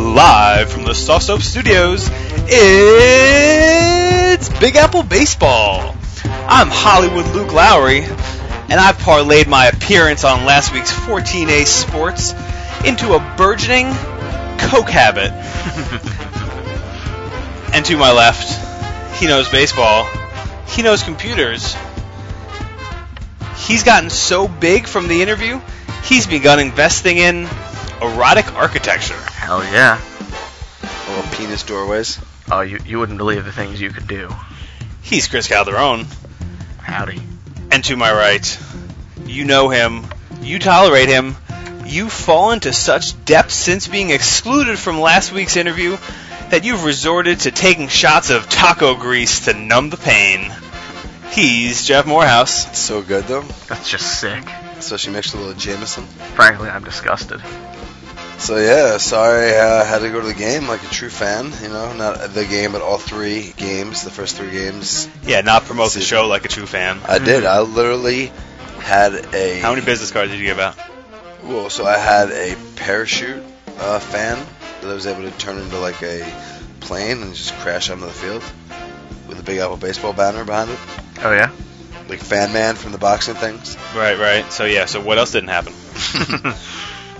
live from the Soft Soap Studios, it's Big Apple Baseball. I'm Hollywood Luke Lowry, and I parlayed my appearance on last week's 14A Sports into a burgeoning Coke habit. and to my left, he knows baseball, he knows computers. He's gotten so big from the interview, he's begun investing in erotic architecture. Hell yeah. Little penis doorways. Oh, you, you wouldn't believe the things you could do. He's Chris Calderon. Howdy. And to my right, you know him, you tolerate him, you've fallen to such depths since being excluded from last week's interview that you've resorted to taking shots of taco grease to numb the pain. He's Jeff Morehouse. It's so good though. That's just sick. Especially mixed with a little Jameson. Frankly, I'm disgusted. So yeah, sorry uh, I had to go to the game like a true fan. You know, not the game, but all three games, the first three games. Yeah, not promote the show like a true fan. I did. I literally had a. How many business cards did you give out? Well, so I had a parachute uh, fan that I was able to turn into like a plane and just crash onto the field with a big Apple baseball banner behind it, Oh, yeah? like Fan Man from the boxing things. Right, right. So yeah, so what else didn't happen?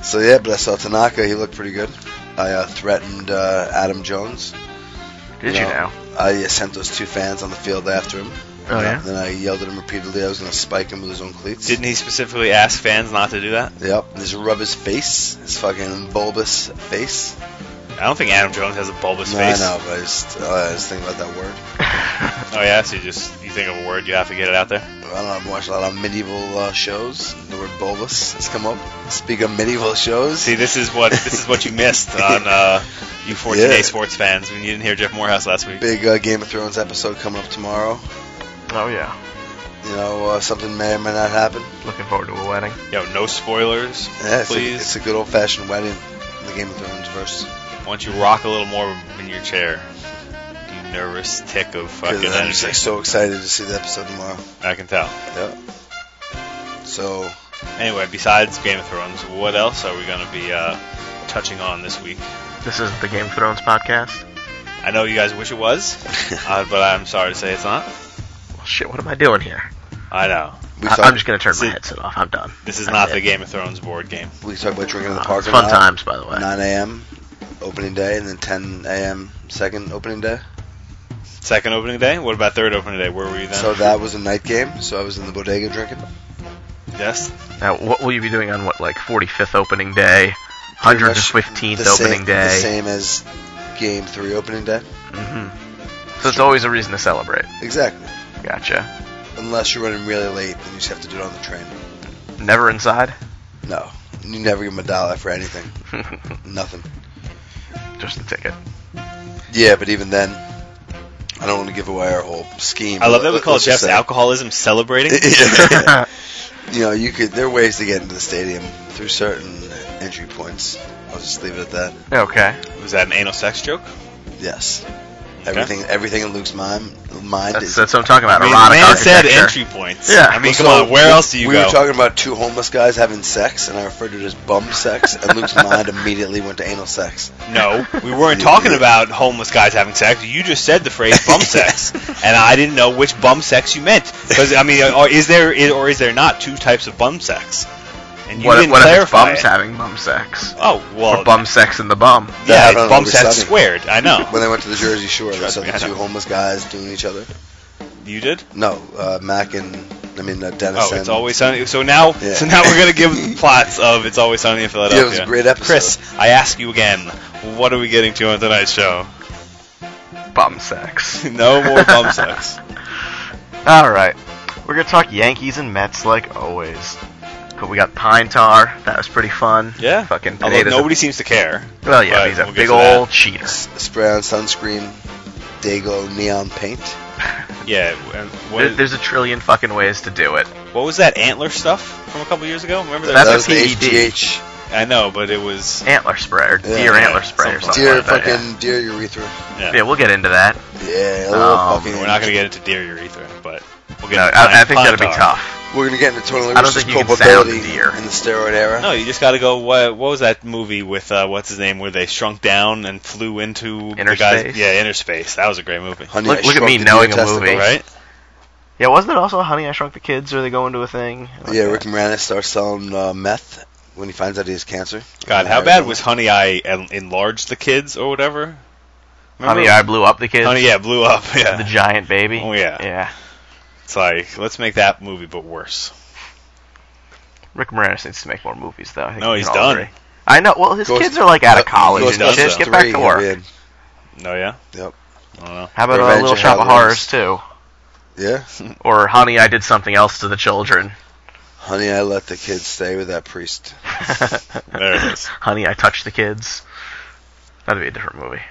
So yeah, but I saw Tanaka. He looked pretty good. I uh, threatened uh, Adam Jones. Did you Yeah. now? I uh, sent those two fans on the field after him. Oh, yeah? Then I yelled at him repeatedly. I was going to spike him with his own cleats. Didn't he specifically ask fans not to do that? Yep. and Just rub his face, his fucking bulbous face. I don't think Adam Jones has a bulbous no, face. I know, but I just, uh, I was thinking about that word. Oh yeah, so you just you think of a word, you have to get it out there. I don't know. I've watched a lot of medieval uh, shows. The word bulbous has come up. Speak of medieval shows. See, this is what this is what you missed on uh, you 14A Yeah. sports fans when you didn't hear Jeff Morehouse last week. Big uh, Game of Thrones episode coming up tomorrow. Oh, yeah. You know, uh, something may or may not happen. Looking forward to a wedding. Yo, no spoilers, Yeah, it's, A, please. it's a good old-fashioned wedding. The Game of Thrones verse. Why don't you rock a little more in your chair? You nervous tick of fucking I'm just energy. like, so excited to see the episode tomorrow. I can tell. Yeah. So Anyway, besides Game of Thrones, what else are we gonna be uh, touching on this week? This isn't the Game of Thrones podcast. I know you guys wish it was, uh, but I'm sorry to say it's not. Well, shit, what am I doing here? I know we I- talk, I'm just going to turn See- my headset off. I'm done. this is I'm not dead. the Game of Thrones board game. we talk about drinking in the Uh, park. it's or fun not. times, by the way. 9 a.m. opening day, and then 10 a.m. second opening day. Second opening day. What about third opening day? Where were you then? So that was a night game. So I was in the bodega drinking. yes. Now, what will you be doing on, what, like 45th opening day? 115th The same- opening The day? same as game three opening day. hmm So it's always a reason to celebrate. Exactly. Gotcha. Unless you're running really late, then you just have to do it on the train. Never inside? No, you never give them a dollar for anything. Nothing. just the ticket. Yeah, but even then, I don't want to give away our whole scheme. I love that we Let- call let's just Jeff's say- alcoholism celebrating. you know, you could. There are ways to get into the stadium through certain entry points. I'll just leave it at that. okay. Was that an anal sex joke? Yes. Everything, everything in Luke's mind, mind That's, is. that's what I'm talking about. I mean, the erotic man said architecture. entry points. Yeah. I mean, So, come on. Where else do you we go? were talking about two homeless guys having sex, and I referred to it as bum sex, and Luke's mind immediately went to anal sex. no, we weren't talking about homeless guys having sex. You just said the phrase bum sex, and I didn't know which bum sex you meant. Because I mean, or is there is, or is there not two types of bum sex? And you what didn't what if it's clarify. bums it. having bum sex? oh well, or bum sex in the bum? Yeah, yeah, I it's don't know, bum we're sex subbing. squared. I know. When they went to the Jersey Shore, they Trust saw me, the I two know. homeless guys doing each other. You did. No, uh, Mac and I mean uh, Dennis. Oh, and, it's always sunny. So now, Yeah. so now we're gonna give plots of it's always sunny in Philadelphia. Yeah, it was a great episode. Chris, I ask you again, what are we getting to on tonight's show? Bum sex. no more bum sex. All right, we're gonna talk Yankees and Mets like always. Cool. We got Pine Tar. That was pretty fun. Yeah. Fucking Although Pineda's nobody seems to care. A, well, yeah, Right, he's a we'll get big to that. old cheater. spray on sunscreen, day glow neon paint. Yeah. And what, There- there's a trillion fucking ways to do it. what was that antler stuff from a couple years ago? Remember that? That's that a was the E PED. HGH. I know, but it was. Antler spray or Yeah, deer yeah, antler spray or something. something. Deer like that, fucking yeah. deer urethra. Yeah. Yeah, we'll get into that. Yeah, a little Um, fucking. We're not gonna get into deer urethra, but we'll get. No, into I, I pine- think that'll be pine tar. tough. We're gonna get into totally I don't versus think you can sound culpability the deer. in the steroid era. No, you just got to go. What, what was that movie with uh, what's his name where they shrunk down and flew into Inner the guys? Space? Yeah, inner space. That was a great movie, Honey, Look- I look at Shrunk me the knowing Deer a testicles. movie. right? Yeah, wasn't it also Honey I Shrunk the Kids or they go into a thing? Like Yeah, that. Rick Moranis starts selling uh, meth when he finds out he has cancer. God, Yeah, how I bad remember. was Honey I en- enlarged the kids or whatever? Honey I blew up the kids. Honey, yeah, blew up. Oh, Yeah, The giant baby. Oh, yeah. Yeah. it's like let's make that movie but worse. Rick Moranis needs to make more movies though. I think No, we he's can all done. agree. I know. Well, his Ghost- kids are like out of uh, college and Ghostbusters shit. Get back three, to work. man. No, yeah. Yep. I don't know. How about Revenge a Little of Shop of Horrors Halloween's- too? Yeah. Or Honey I Did Something Else to the Children. Honey, I let the kids stay with that priest. There it is. Honey I Touched the Kids. That'd be a different movie.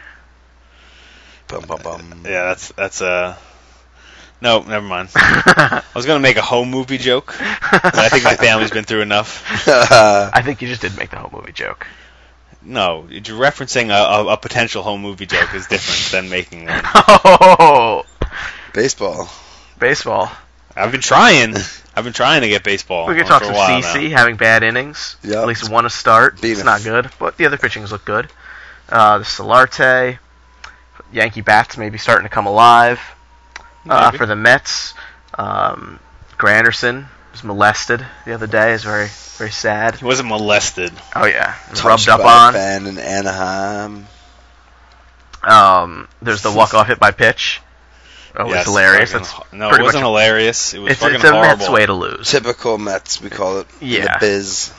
Bum, bum, bum. Yeah, that's that's uh. No, never mind. I was gonna make a home movie joke, but I think my family's been through enough. I think you just did make the whole movie joke. No, you're referencing a, a, a potential home movie joke is different than making one. Oh, Baseball. baseball. I've been trying. I've been trying to get baseball. We could on talk for some a while now. CC having bad innings. Yep. At least one to start. Beat it's him. not good, but the other pitchings look good. Uh, the Solarte, Yankee bats maybe starting to come alive uh, Maybe. for the Mets. Um, Granderson was molested the other day. Is very very sad. He wasn't molested. Oh yeah, was Touched rubbed up by a on. fan in Anaheim. Um, there's the walk off hit by pitch. Oh, Yes, it's hilarious. fucking That's ho- no, it pretty wasn't much hilarious. It was it's, fucking it's a horrible. Mets way to lose. Typical Mets, we call it. in The Yeah. biz.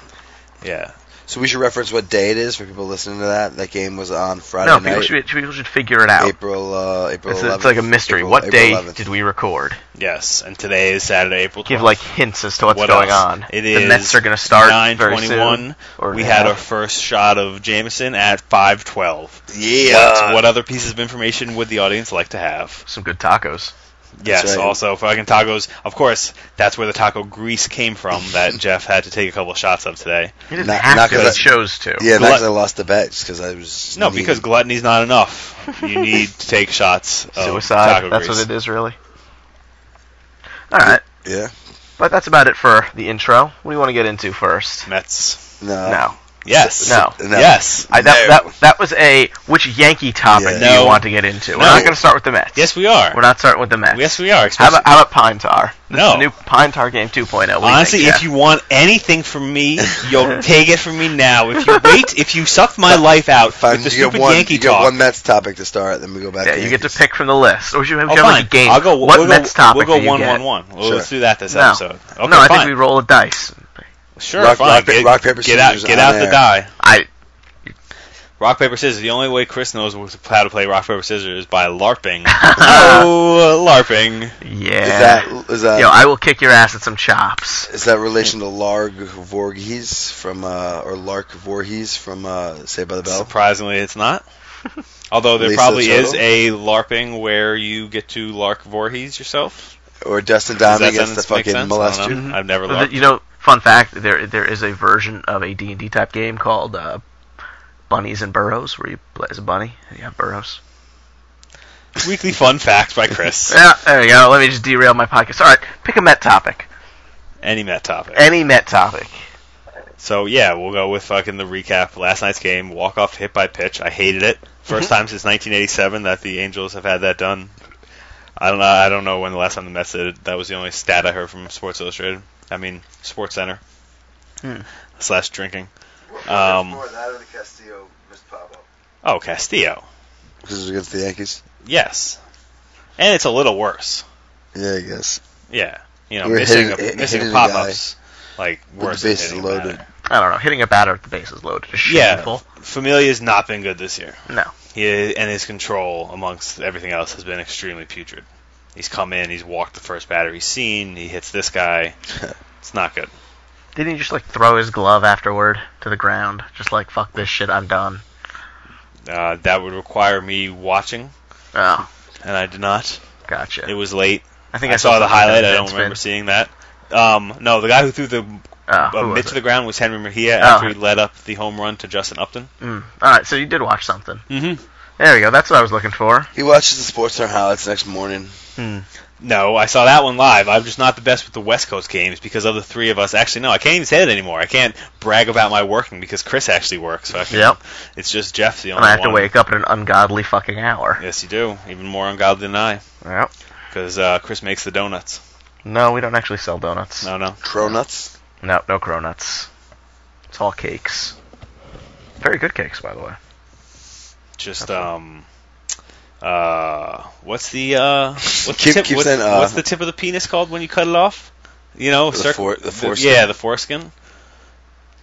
Yeah. So we should reference what day it is for people listening to that. That game was on Friday No, people night, should, people should figure it out. April uh, April It's, 11th. it's like a mystery. April- what April day 11th. did we record? Yes. And today is Saturday, April 12th. Give like hints as to what's What going else? on. It the is Mets are going to start very soon. 9:21. Or We now. had our first shot of Jameson at 5:12. Yeah. What, what other pieces of information would the audience like to have? some good tacos. Yes. right. Also, fucking tacos. Of course, that's where the taco grease came from that Jeff had to take a couple shots of today. He didn't Not- have not to. gonna- He chose to. Yeah, Glut- that's I lost the bet just because I was. No, needy. because gluttony's not enough. You need to take shots. Of Suicide. Oh, Taco That's grease. what it is, really. All right, Yeah. but that's about it for the intro. What do you want to get into first? Mets. No. no, Yes. No. No. Yes. I, that, No. that that was a which Yankee topic Yeah. do No. you want to get into? We're No. not going to start with the Mets. Yes, we are. we're not starting with the Mets. Yes, we are. How Especially- about, how about Pine Tar? This is No. the new Pine Tar game 2.0. What do you Honestly, think, if Jeff? you want anything from me, you'll take it from me now. If you wait, if you suck my life out Fine. with the You stupid get one. Yankee you talk, get one Mets topic to start, then we go back. Yeah, to you get to Yankees. pick from the list. Or should we have oh, like fine. a game? I'll go. What we'll Mets go, topic We'll go do you one get? one one. We'll, Sure. Let's do that this No. episode. Okay, no, I fine. think we roll a dice. sure, Rock- fine. rock- get, rock, paper, get out. scissors Get on Oh, out the air. die. I Rock paper scissors. The only way Chris knows how to play rock paper scissors is by larping. oh, larping. yeah. Is that is uh, that Yo, I will kick your ass at some chops. is that relation to Larg Voorhees from uh, or Lark Voorhees from uh, Saved by the Bell? Surprisingly, it's not. Although there Lisa probably Turtle? is a LARPing where you get to LARP Voorhees yourself. Or Dustin Does Diamond that gets the sentence make fucking sense? I don't molester. know. I've never But the- LARPed. You know, fun fact: there there is a version of a D and D type game called uh, Bunnies and Burrows, where you play as a bunny and you have burrows. Weekly fun fact by Chris. Yeah, there you go. Let me just derail my podcast. All right, pick a Met topic. Any Met topic. Any Met topic. So yeah, we'll go with fucking the recap. Last night's game, walk off hit by pitch. I hated it. 1st Mm-hmm. time since 1987 that the Angels have had that done. I don't know. I don't know when the last time the Mets did it. That was the only stat I heard from Sports Illustrated. I mean, Sports Center Hmm. slash drinking. Um, Oh, Castillo. This is against the Yankees. Yes, and it's a little worse. Yeah, I guess. Yeah, you know, We're missing hitting- a, hit- missing hitting a pop-ups like With worse the than bases hitting a loaded. batter. I don't know. Hitting a batter at the base is loaded. Is Yeah. shameful. Familia's not been good this year. No. He and his control amongst everything else has been extremely putrid. He's come in, he's walked the first batter he's seen, he hits this guy. It's not good. Didn't he just like throw his glove afterward to the ground? Just like fuck this shit, I'm done. Uh, that would require me watching, Oh, and I did not. gotcha. It was late. I I, think I, saw the something highlight. on I don't Deadspin. remember seeing that. Um, no, the guy who threw the Oh, uh, who mid was to it? the ground was Henry Mejia after Oh. he led up the home run to Justin Upton. Mm. All right, so you did watch something. Mm-hmm. There we go. That's what I was looking for. Hmm. He watches the Sports Center highlights next morning. No, I saw that one live. I'm just not the best with the West Coast games because of the three of us. Actually, no, I can't even say it anymore. I can't brag about my working because Chris actually works. So I can, Yep. It's just Jeff's the only And I have one. to wake up at an ungodly fucking hour. Yes, you do. Even more ungodly than I Yep. because uh, Chris makes the donuts. No, we don't actually sell donuts. No, no. Cronuts. No, no cronuts. It's all cakes. Very good cakes, by the way. Just, um. Uh, what's the uh, what's, Keep- the tip, keep what's, saying, uh. what's the tip of the penis called when you cut it off? You know, The circ- fore- the foreskin? yeah, the foreskin.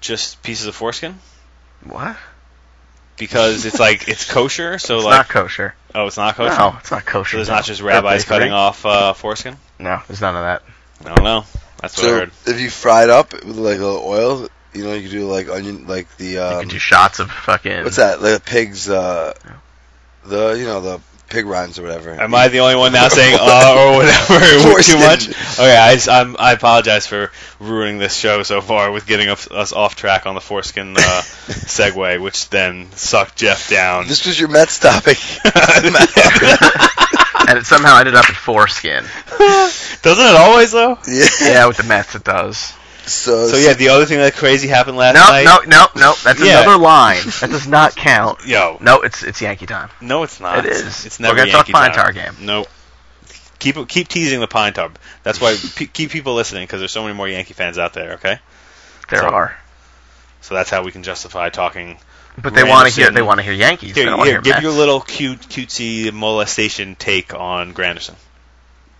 Just pieces of foreskin. What? because it's like it's kosher. So it's like, not kosher. oh, it's not kosher. No, it's not kosher. so there's no. not just That'd rabbis be cutting great. off uh, foreskin. No, there's none of that. I don't know. That's what I So heard. if you fry it up with like a little oil, you know you could do like onion, like the You um, can do shots of fucking. what's that? Like a pig's uh, the you know the pig rinds or whatever. Am I the only one now saying uh, or whatever too Foreskin. much? Okay, I, just- I'm, I apologize for ruining this show so far with getting us us off track on the foreskin uh, segue, which then sucked Jeff down. This was your Mets topic. and it somehow ended up at foreskin. Doesn't it always though? yeah. Yeah, with the Mets it does. So, So yeah, the other thing that crazy happened last No, night. no, no, no. That's Yeah. another line. That does not count. Yo, No, it's it's Yankee time. No, it's not. It is. It's We're never gonna talk Yankee Pine time. Tar game. Nope. Keep keep teasing the Pine Tar. That's why pe keep people listening because there's so many more Yankee fans out there. Okay, There So- are, so that's how we can justify talking. but they want to hear Granderson. they want to hear Yankees. they Here, don't wanna here hear give Mets. your little cute cutesy molestation take on Granderson.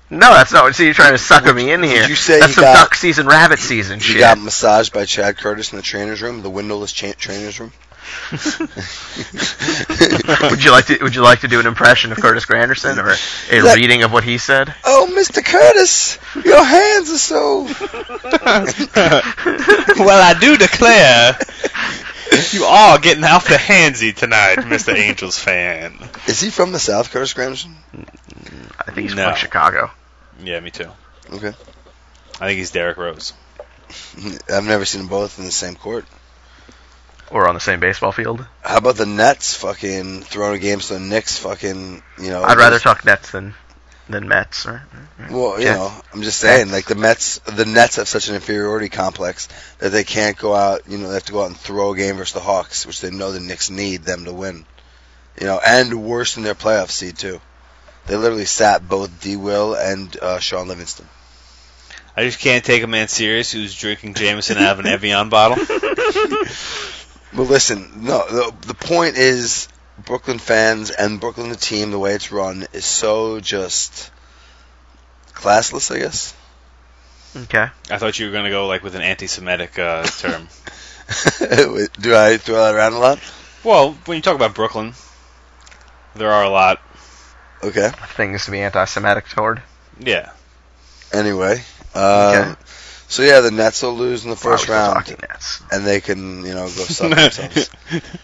No, that's not. See, you're trying to sucker me in here. you say that's he some got- duck season, rabbit season She shit. got massaged by Chad Curtis in the trainer's room, the windowless cha- trainer's room. would you like to Would you like to do an impression of Curtis Granderson or a That- reading of what he said? oh, Mr. Curtis, your hands are so. well, I do declare. You are getting off the handsy tonight, Mr. Angels fan. Is he from the South, Curtis Granderson? I think he's No. from Chicago. Yeah, me too. Okay. I think he's Derek Rose. I've never seen them both in the same court. Or on the same baseball field. How about the Nets fucking throwing a game so the Knicks fucking, you know. I'd rather talk Nets than than Mets. Or, Well, you Jets. know, I'm just saying, like the Mets, the Nets have such an inferiority complex that they can't go out. You know, they have to go out and throw a game versus the Hawks, which they know the Knicks need them to win. You know, and worse than their playoff seed too. They literally sat both D. Will and uh, Sean Livingston. I just can't take a man serious who's drinking Jameson out of an Evian bottle. Well, listen, no, the, the point is Brooklyn fans and Brooklyn the team, the way it's run, is so just classless, I guess. okay. I thought you were going to go like with an anti-Semitic uh, term. Do I throw that around a lot? well, when you talk about Brooklyn, there are a lot. Okay. Things to be anti-Semitic toward. Yeah, Anyway, um, Okay. so yeah, the Nets will lose in the Why are we first still round, Talking Nets. and they can you know go suck themselves.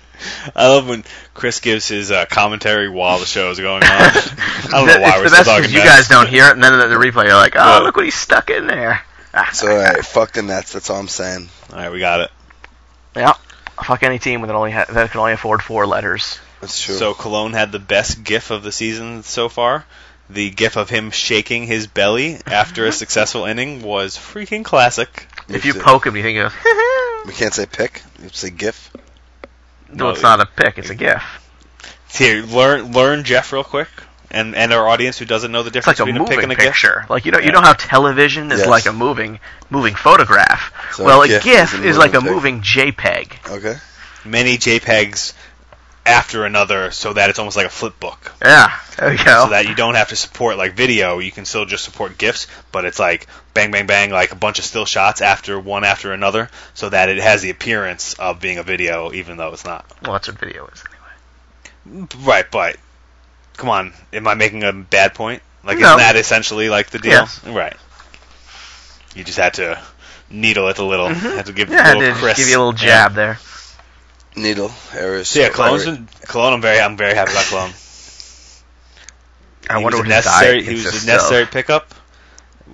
I love when Chris gives his uh, commentary while the show is going on. I don't know It's why we're the best still 'cause talking You about guys it. don't hear it, and then at the replay, you're like, Yeah. "Oh, look what he's stuck in there." Ah, So all right, fuck the Nets. That's all I'm saying. All right, we got it. yeah. Fuck any team that only ha- that can only afford four letters. That's true. So Cologne had the best GIF of the season so far. The GIF of him shaking his belly after a successful inning was freaking classic. If you have to- poke him, you think of. we can't say pick. We have to say GIF. No, it's not a pick. It's a gif. Here, learn learn Jeff real quick, and and our audience who doesn't know the It's like difference a between a pick moving and a GIF. picture. Like you know, Yeah. you know how television is Yes. like a moving moving photograph. So well, a GIF gif, is a is like a moving moving pic. JPEG. Okay. many JPEGs after another so that it's almost like a flip book. Yeah, there you go. So that you don't have to support like video, you can still just support GIFs, but it's like bang, bang, bang, like a bunch of still shots after one after another, so that it has the appearance of being a video, even though it's not. well, that's what video is anyway. Right, but come on, am I making a bad point? Like, No. isn't that essentially like the deal? Yes. Right. You just had to needle it a little, had to give Mm-hmm. Yeah, I a did little Chris. give you a little Yeah. jab there. Needle errors. So yeah, Cologne's been, Cologne. I'm very, I'm very happy about Cologne. I he wonder was what a his necessary. diet He was consists a of. necessary pickup.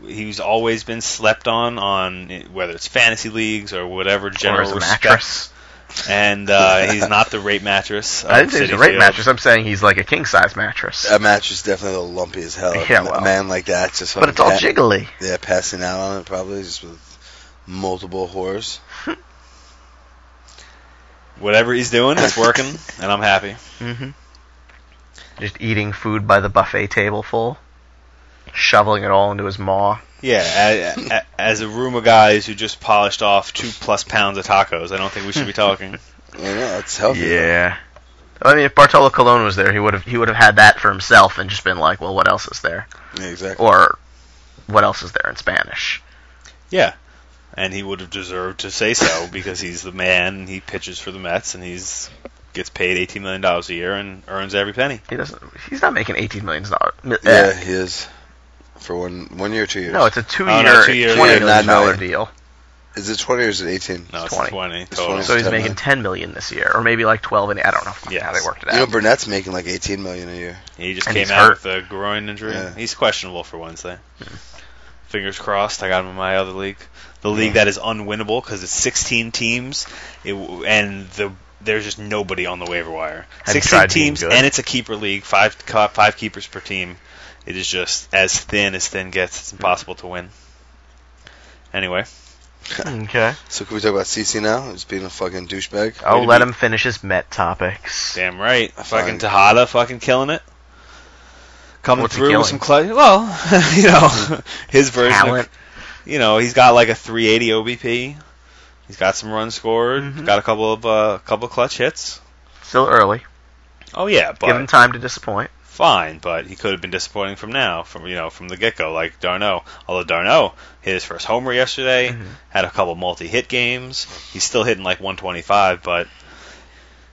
He's always been slept on on whether it's fantasy leagues or whatever Or general as a respect. mattress. and uh, he's not the rape mattress. of I didn't say he's a Citi rape Field. mattress. I'm saying he's like a king size mattress. That match is definitely a little lumpy as hell. Yeah, well. A man like that just. but it's all fucking pa- jiggly. Yeah, passing out on it probably just with multiple whores. Whatever he's doing, it's working, and I'm happy. hmm Just eating food by the buffet table full, shoveling it all into his maw. Yeah, a- a- as a room of guys who just polished off two plus pounds of tacos, I don't think we should be talking. You know, that's healthy. I mean, if Bartolo Colon was there, he would have he would have had that for himself and just been like, well, what else is there? Yeah, exactly. Or what else is there in Spanish? Yeah, and he would have deserved to say so because he's the man. He pitches for the Mets, and he's gets paid eighteen million dollars a year and earns every penny. He doesn't. He's not making eighteen million dollars. eh. yeah, he is. For one one year, or two years. No, it's a two-year, Oh, no, two years. twenty Yeah, million nine dollar million. deal. is it twenty years at eighteen? No, it's 20. twenty, total. It's So he's making 10 million. ten million this year, or maybe like twelve. And I don't know Yes. how they worked it You know, out. Burnett's making like eighteen million a year. He just And came he's out hurt. with a groin injury. Yeah. He's questionable for Wednesday. Hmm. Fingers crossed. I got him in my other league, the league that is unwinnable because it's 16 teams, it, w- and the there's just nobody on the waiver wire. Have you 16 tried being teams, good? and it's a keeper league. Five co- five keepers per team. It is just as thin as thin gets. It's impossible to win. Anyway, okay. So can we talk about CC now? He's being a fucking douchebag. Way I'll to let be- him finish his Met topics. damn right, I fucking find- Tejada, fucking killing it. Coming What's he through with killing? some clutch. Well, you know, his version of Talent. you know, he's got like a 380 OBP. He's got some runs scored. Mhm. Got a couple of uh, couple of clutch hits. Still early. Oh yeah, but Give him time to disappoint. fine. But he could have been disappointing from now, from you know, from the get go, like Darno. Although Darno hit his first homer yesterday, Mhm. had a couple multi hit games. He's still hitting like 125, but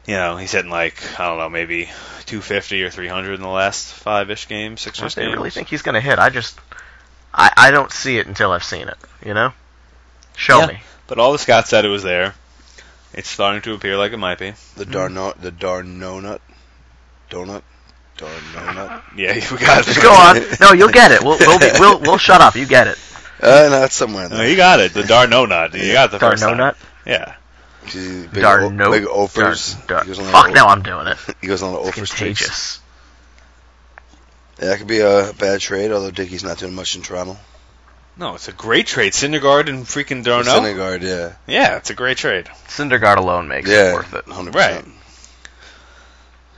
you know, he's hitting like I don't know, maybe 250 or 300 in the last five ish games, six I ish don't games. really think he's going to hit. I just, I, I don't see it until I've seen it. You know, show Yeah. me. But all the Scott said it was there. It's starting to appear like it might be. The Darno, the Darnonut, donut, Darnonut. Yeah, we got it. Just go on. No, you'll get it. We'll we'll, be, we'll we'll shut up. You get it. Uh, no, it's somewhere in No, there. you got it. The Darno nut. You got the first time. Darnonut. Yeah. She's big, Darno. o- big offers. Darn- He goes on a Fuck no, little- I'm doing it. He goes on the offers trades. Contagious. Yeah, that could be a bad trade. Although Dickey's not doing much in Toronto. No, it's a great trade. Syndergaard and freaking Darno. Syndergaard, yeah, yeah, it's a great trade. Syndergaard alone makes yeah, it worth it. 100%. Right.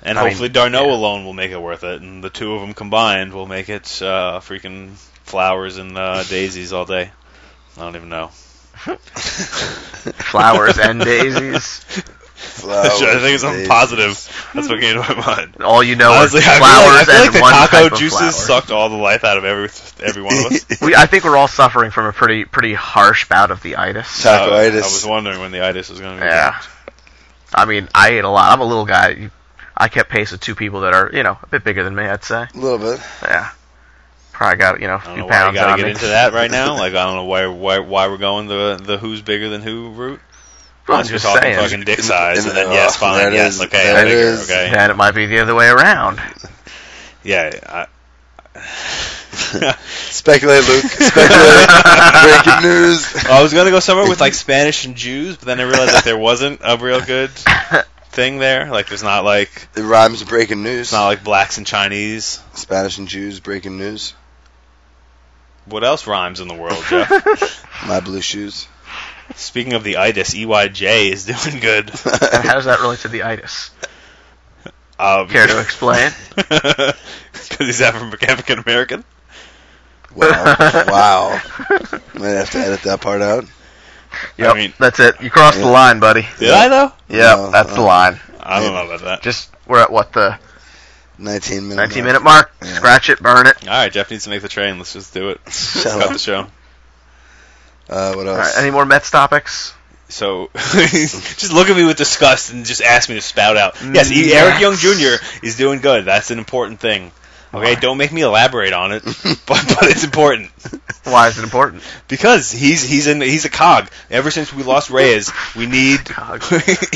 And I mean, hopefully Darno yeah. alone will make it worth it, and the two of them combined will make it uh, freaking flowers and uh, daisies all day. I don't even know. Flowers and daisies. Flowers, I think it's something daisies. positive. That's what came to my mind. All you know Honestly, is I feel flowers like, I feel like and the one taco type of juices flower. sucked all the life out of every every one of us. We, I think we're all suffering from a pretty pretty harsh bout of the itis. Taco Uh, I itis. was wondering when the itis was going to be. Yeah. I mean, I ate a lot. I'm a little guy. You- I kept pace with two people that are, you know, a bit bigger than me, I'd say. A little bit. Yeah. Probably got, you know, a I few don't know why you pounds gotta on get me. into that right now. Like I don't know why why why we're going the the who's bigger than who route. Well, I'm Unless you're just talking saying. fucking dick size, and then Oh, uh, yes, fine, that yes, is- okay, that I'm bigger, is- okay, Then it might be the other way around. yeah. I, Speculate, Luke. Speculate. Breaking news. I was gonna go somewhere with like Spanish and Jews, but then I realized that there wasn't a real good thing there. Like there's not like It rhymes with breaking news. it's not like blacks and Chinese. Spanish and Jews breaking news. What else rhymes in the world, Oh, Jeff? My blue shoes. Speaking of the itis, EYJ is doing good. And how does that relate to the itis? Um, Care to explain? Because he's African American. wow. Wow. Might have to edit that part out. Yep, mean- that's it. You crossed the line, buddy. Did I Oh, though? Yep, No, that's the uh, line. I don't know about that. Just, we're at what, the 19 minutes. 19 minute mark? Yeah. Scratch it, burn it. All right, Jeff needs to make the train. Let's just do it. Let's Shut cut up. the show. Uh, what All else? right, any more Mets topics? So just look at me with disgust and just ask me to spout out. Yes, he- Eric Yes. Young Jr. is doing good. That's an important thing. Okay, Why? don't make me elaborate on it, but but it's important Why is it important? because he's he's in he's a cog. Ever since we lost Reyes, we need Cog.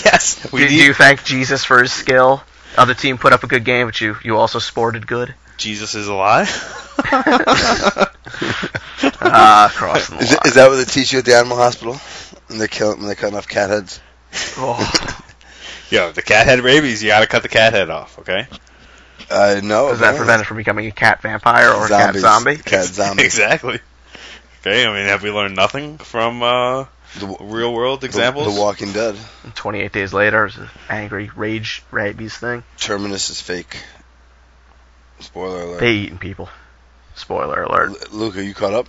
yes, we do, need do you thank Jesus for his skill? Other team put up a good game, but you you also sported good. Jesus is alive. Ah, crossing the Is, line. Uh, Ah, is that what they teach you at the animal hospital? When they're, killing, when they're cutting off cat heads? Oh. Yo, if the cat had rabies. You got to cut the cat head off. Okay. I know. Does that apparently. prevent it from becoming a cat vampire or oh, a Zombies. cat zombie? Cat zombie. exactly. Okay. I mean, have we learned nothing from uh, The, the- real world examples? The, Walking Dead. 28 days later, it's an angry rage rabies thing. Terminus is fake. Spoiler alert. They eating people. Spoiler alert. L- Luca, you caught up?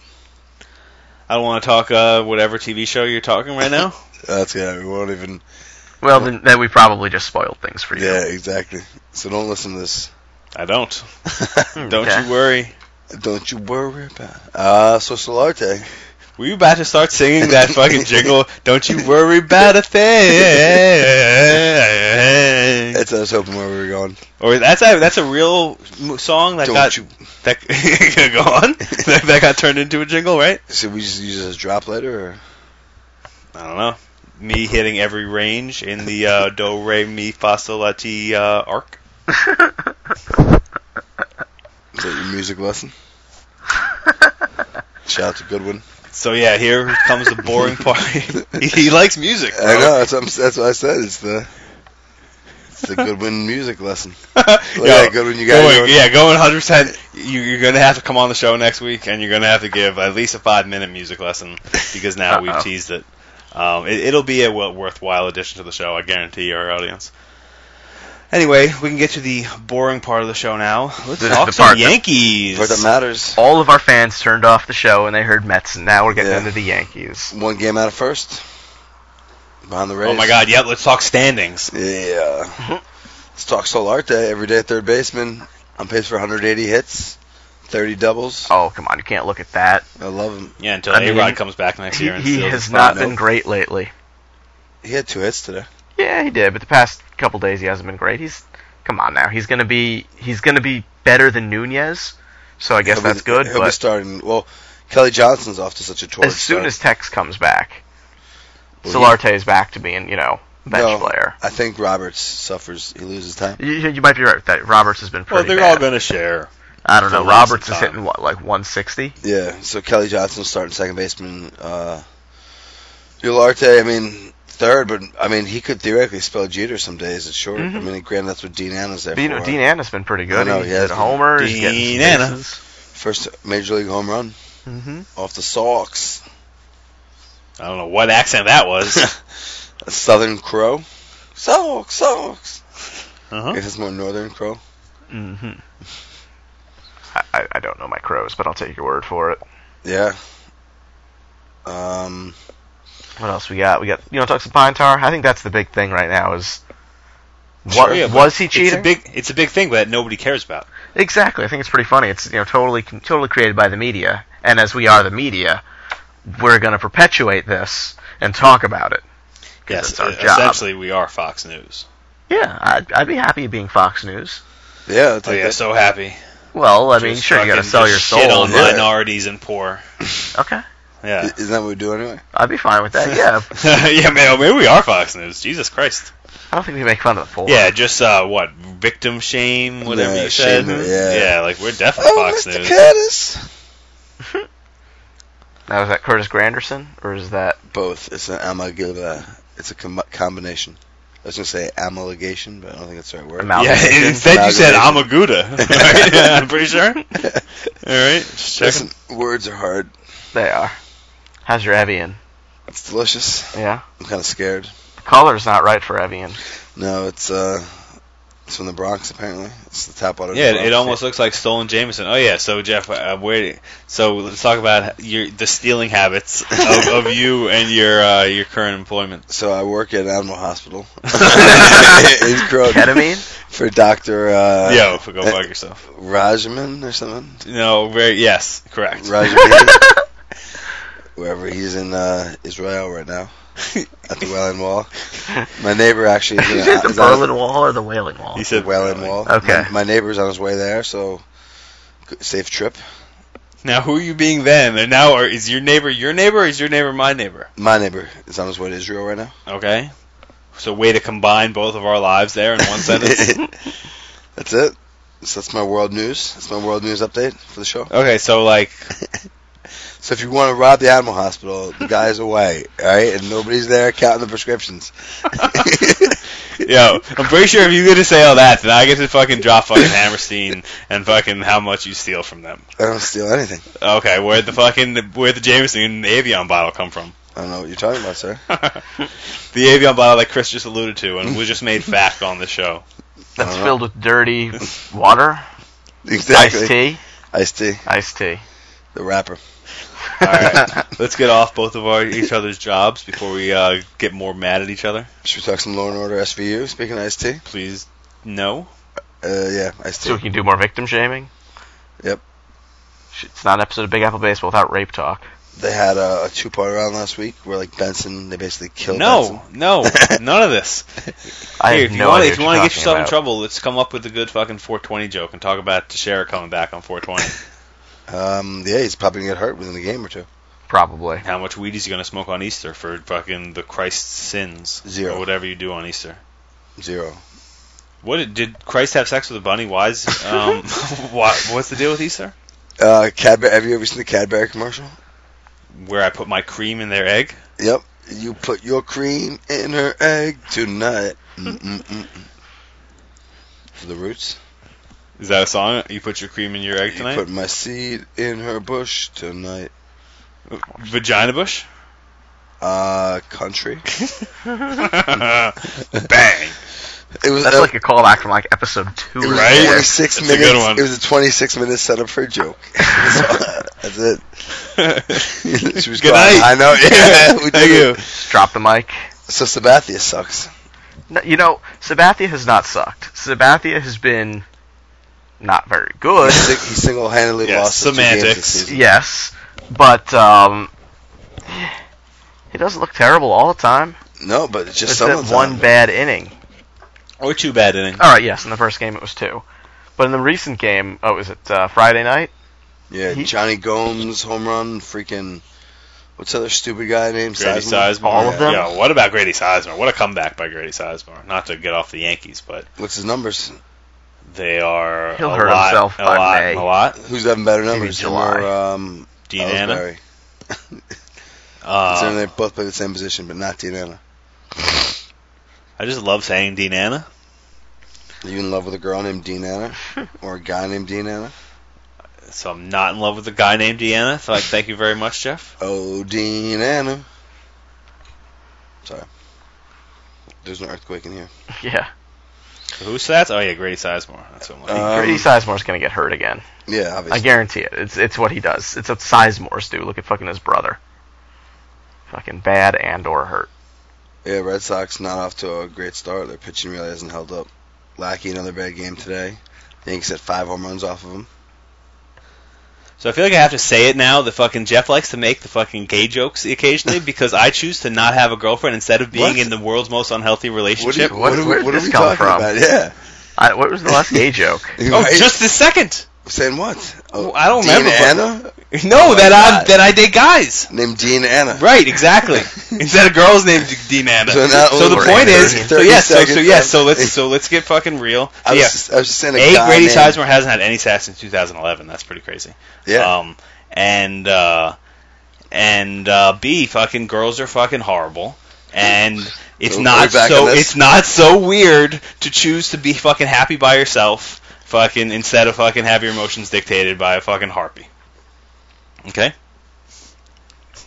I don't want to talk uh, whatever TV show you're talking right now. That's yeah. We won't even. Well, then, then we probably just spoiled things for you. Yeah, exactly. So don't listen to this. I don't. Hmm, Don't okay. you worry. don't you worry about. Ah, uh, so Solarte. Were you about to start singing that fucking jingle? Don't you worry about a thing. That's I was hoping where we were going. Or that's a that's a real m- song that don't got you? that go on that, that got turned into a jingle, right? Should we just use it as a drop letter? Or? I don't know. Me hitting every range in the uh, do re mi fa sol la ti uh, arc. Is that your music lesson? Shout out to Goodwin. So yeah, here comes the boring part. he, he likes music. I bro. know that's what, I'm, that's what I said. It's the it's the Goodwin music lesson. Yo, yeah, Goodwin, you got going, yeah, going 100. percent you, You're gonna have to come on the show next week, and you're gonna have to give at least a five minute music lesson because now we've Uh-oh. teased it. Um, it. It'll be a wel- worthwhile addition to the show, I guarantee our audience. Anyway, we can get to the boring part of the show now. Let's The- talk the some part that- Yankees. But that matters. All of our fans turned off the show and they heard Mets, and now we're getting Yeah. into the Yankees. One game out of first. Behind the Rays. oh my God! Yep, let's talk standings. Yeah. Mm-hmm. Let's talk Solarte. Every day, third baseman. On pace for 180 hits, 30 doubles. Oh, come on, you can't look at that. I love him. Yeah, until I mean, A Rod comes back next He, year. And he steals has the not spot. been Nope. great lately. He had two hits today. Yeah, he did, but the past couple days he hasn't been great. He's come on now. He's gonna be he's gonna be better than Nunez, so I guess He'll be- that's good. He'll be But starting. Well, Kelly Johnson's off to such a torch. as soon start. as Tex comes back, Well, Solarte is back to being you know bench No. player. I think Roberts suffers. He loses time. You, you you might be right with that. Roberts has been Well, pretty they're bad. all going to share. I don't know. for lots Roberts of is time. hitting what like 160. Yeah, so Kelly Johnson's starting second baseman. Uh, Ularte, I mean, third, but I mean, he could theoretically spell Jeter some days at short. Mhm. I mean, granted, that's what Dean Anna's there But, you for. know, Dean Anna's been pretty good. I know, he he hit has a been. homer. he's getting Dean some Anna. bases. First major league home run Mhm. off the Sox. I don't know what accent that was. Southern Crow. Sox, Sox. I Uh-huh. guess it's more Northern Crow. Mhm. I- I, I don't know my crows, but I'll take your word for it. Yeah. Um, What else we got? We got you know talk some pine tar. I think that's the big thing right now is what Sure, yeah, but was he It's a cheating? big, it's a big thing that nobody cares about. exactly. I think it's pretty funny. It's you know totally totally created by the media, and as we are the media, we're going to perpetuate this and talk about it. 'Cause Yes, it's our e- job. essentially we are Fox News. Yeah, I'd, I'd be happy being Fox News. yeah, Oh yeah, that. so happy. Well, I mean, Just sure you got to fucking sell your just soul. Shit on yeah. minorities and poor. Okay, Yeah, Isn't that what we do anyway? I'd be fine with that. Yeah, yeah, man. Maybe we are Fox News. Jesus Christ. I don't think we make fun of the poor. Yeah, just uh, what victim shame, whatever Yeah, you said. shame, yeah. yeah, like we're definitely Oh, Fox Mr. News. Curtis. Now is that Curtis Granderson or is that Both. It's an amalgama. It's a com- combination. I was gonna say amalgamation, but I don't think that's the right word. Amalgam- Yeah, Malcolm. instead you said Malcolm. Amaguda. right? Yeah, I'm pretty sure. All right, just checking. Listen, words are hard. they are? How's your Evian? It's delicious. Yeah, I'm kind of scared. the color's not right for Evian. No, it's uh, it's from the Bronx apparently. It's the top water. Yeah, it, it almost looks like stolen Jameson. Oh yeah, so Jeff, uh, wait. So let's talk about your the stealing habits of, of you and your uh, your current employment. So I work at Animal Hospital in Croton Ketamine? for Doctor uh, Yo, go fuck yourself. Rajaman or something. No, very yes, correct. Rajaman. Wherever he's in uh, Israel right now, at the Wailing Wall. My neighbor actually is, Is in a- it the is on a- Berlin Wall or the Wailing Wall? He said Wailing Wall. Okay. My, my neighbor's on his way there, so good- safe trip. Now who are you being then? And now are, is your neighbor your neighbor? Or is your neighbor my neighbor? My neighbor is on his way to Israel right now. Okay. So way to combine both of our lives there in one sentence. That's it. So that's my world news. That's my world news update for the show. Okay, so like So if you want to rob the animal hospital, the guy's away, all right, and nobody's there counting the prescriptions. Yo, I'm pretty sure if you get to say all that, then I get to fucking drop fucking Hammerstein and fucking how much you steal from them. I don't steal anything. Okay, where'd the fucking where'd the Jameson and Avion bottle come from? I don't know what you're talking about, sir. the Avion bottle that Chris just alluded to and was just made fact on the show. That's uh, Uh-huh. filled with dirty water, iced Exactly. tea, Iced tea, iced tea. the rapper. All right, let's get off both of our each other's jobs before we uh, get more mad at each other. Should we talk some Law and Order SVU? Speaking of iced tea, Please, no. uh, yeah, iced so tea. we can do more victim shaming. Yep. Shit, It's not an episode of Big Apple Baseball without rape talk. They had a, a two-part round last week where like Benson, they basically killed. No, no, none of this. I Here, have if you no want, idea if you want to get yourself in trouble, let's come up with a good fucking 420 joke and talk about Teixeira coming back on 420. Benson. Um, yeah, he's probably gonna get hurt within a game or two. Probably. How much weed is he gonna smoke on Easter for fucking the Christ's sins Zero. or whatever you do on Easter? Zero. What did, did Christ have sex with a bunny? Why is um, what, what's the deal with Easter? Uh, Cadbury. Have you ever seen the Cadbury commercial? Where I put my cream in their egg? Yep. You put your cream in her egg tonight. Mm, Mm-mm-mm. The roots. Is that a song? You put your cream in your egg You tonight? put my seed in her bush tonight. Vagina bush? Uh, country. Bang! It was That's a, like a callback from like episode two, it was Uh, Right? twenty six It's a good minutes. one. It was a twenty six minute setup for a joke. That's it. she was Good crying. night. I know. Yeah, we Thank did you. it. Drop the mic. So Sabathia sucks. No, you know, Sabathia has not sucked. Sabathia has been not very good. He single handedly Yes, lost his two games semantics. this season. yes, but um, he doesn't look terrible all the time. No, but it's just It's some that of the one time. bad inning. or too bad inning. All right, yes, in the first game it was two, but in the recent game, oh, was it uh, Friday night? Yeah, He- Johnny Gomes home run, freaking what's the other stupid guy named Grady Sizemore? Sizemore. All of them? Yeah, what about Grady Sizemore? What a comeback by Grady Sizemore. Not to get off the Yankees, but What's his numbers? they are He'll a hurt lot, himself a by lot, May. a lot. Who's having better numbers? Him July. Or, um, Dean Anna. Ellsbury? Considering Uh, they both play the same position, but not Dean Anna. I just love saying Dean Anna. Are you in love with a girl named Dean Anna or a guy named Dean Anna? So I'm not in love with a guy named Deanna. So like, thank you very much, Jeff. Oh, Dean Anna. Sorry, there's an earthquake in here. Yeah, Who's that? Oh yeah, Grady Sizemore. That's what I'm like. Um, Grady Sizemore's gonna get hurt again. Yeah, I obviously. guarantee it. It's it's what he does. It's what Sizemore's do. Look at fucking his brother. Fucking bad and or hurt. Yeah, Red Sox not off to a great start. Their pitching really hasn't held up. Lackey another bad game today. Yankees had five home runs off of him. so I feel like I have to say it now. The fucking Jeff likes to make the fucking gay jokes occasionally because I choose to not have a girlfriend instead of being What? in the world's most unhealthy What, do you, relationship. Chip, what, what- are we- where did what are this we come talking from? about? Yeah. I, what was the last gay joke? oh, Right? just a second. saying what? Oh, I don't Dean remember, but- Anna No, my that I God. Oh, that I date guys. named Dean Anna. Right, exactly. Instead of girls named Dean Anna. So not So, only the we're point in is, 30 so yes, so, so seconds yes, so of- let's so let's get fucking real. I was, yeah, just, I was just saying a eight guy Grady named, Sizemore hasn't had any sacks since 2011. That's pretty crazy. Yeah. Um, and uh, and uh, B, fucking girls are fucking horrible. And it's So not we're back so on this? it's not so weird to choose to be fucking happy by yourself, fucking instead of fucking have your emotions dictated by a fucking harpy. Okay.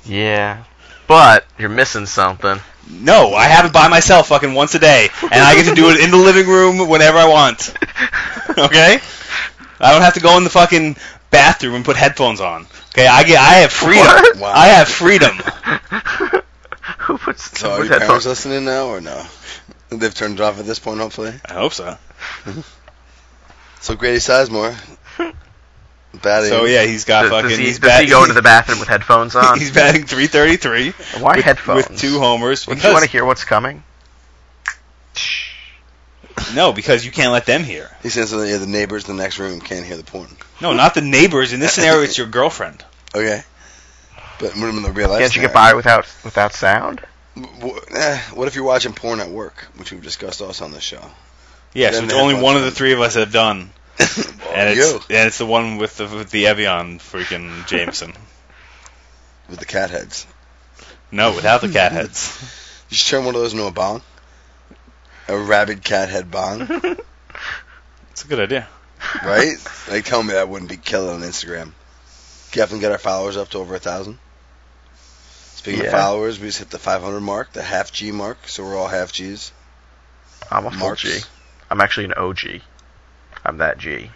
Yeah, but you're missing something. No, I have it by myself fucking once a day, and I get to do it in the living room whenever I want. Okay? I don't have to go in the fucking bathroom and put headphones on. Okay, I get I have freedom. What? Wow. I have freedom. Who puts, So who are puts your parents headphones? listening now or no? They've turned it off at this point, hopefully. I hope so. So Grady Sizemore, batting. So yeah, he's got Does, Uh, fucking does he, he's, does bat- he go into the bathroom with headphones on? he's batting 333 Why headphones? with two homers. Don't you want to Because, hear what's coming? no, because you can't let them hear. He says something. Yeah, the neighbors in the next room can't hear the porn. No, not the neighbors. In this scenario, it's your girlfriend. Okay. But what in the real life? Can't you get by without without sound? scenario? W- w- eh, What if you're watching porn at work, which we've discussed also on this show? Yes, Then which the only headphones one of the on. three of us have done, Well, and Oh, you. it's and it's the one with the with the Evian freaking Jameson. with the cat heads. No, without the cat heads. You should turn one of those into a bong. A rabid cat head bong, It's a good idea. right? They tell me that wouldn't be killer on Instagram. Definitely get our followers up to over a thousand. Speaking Yeah. of followers, we just hit the 500 mark, the half G mark, so we're all half Gs. I'm a full Marks. G. I'm actually an OG. I'm that G.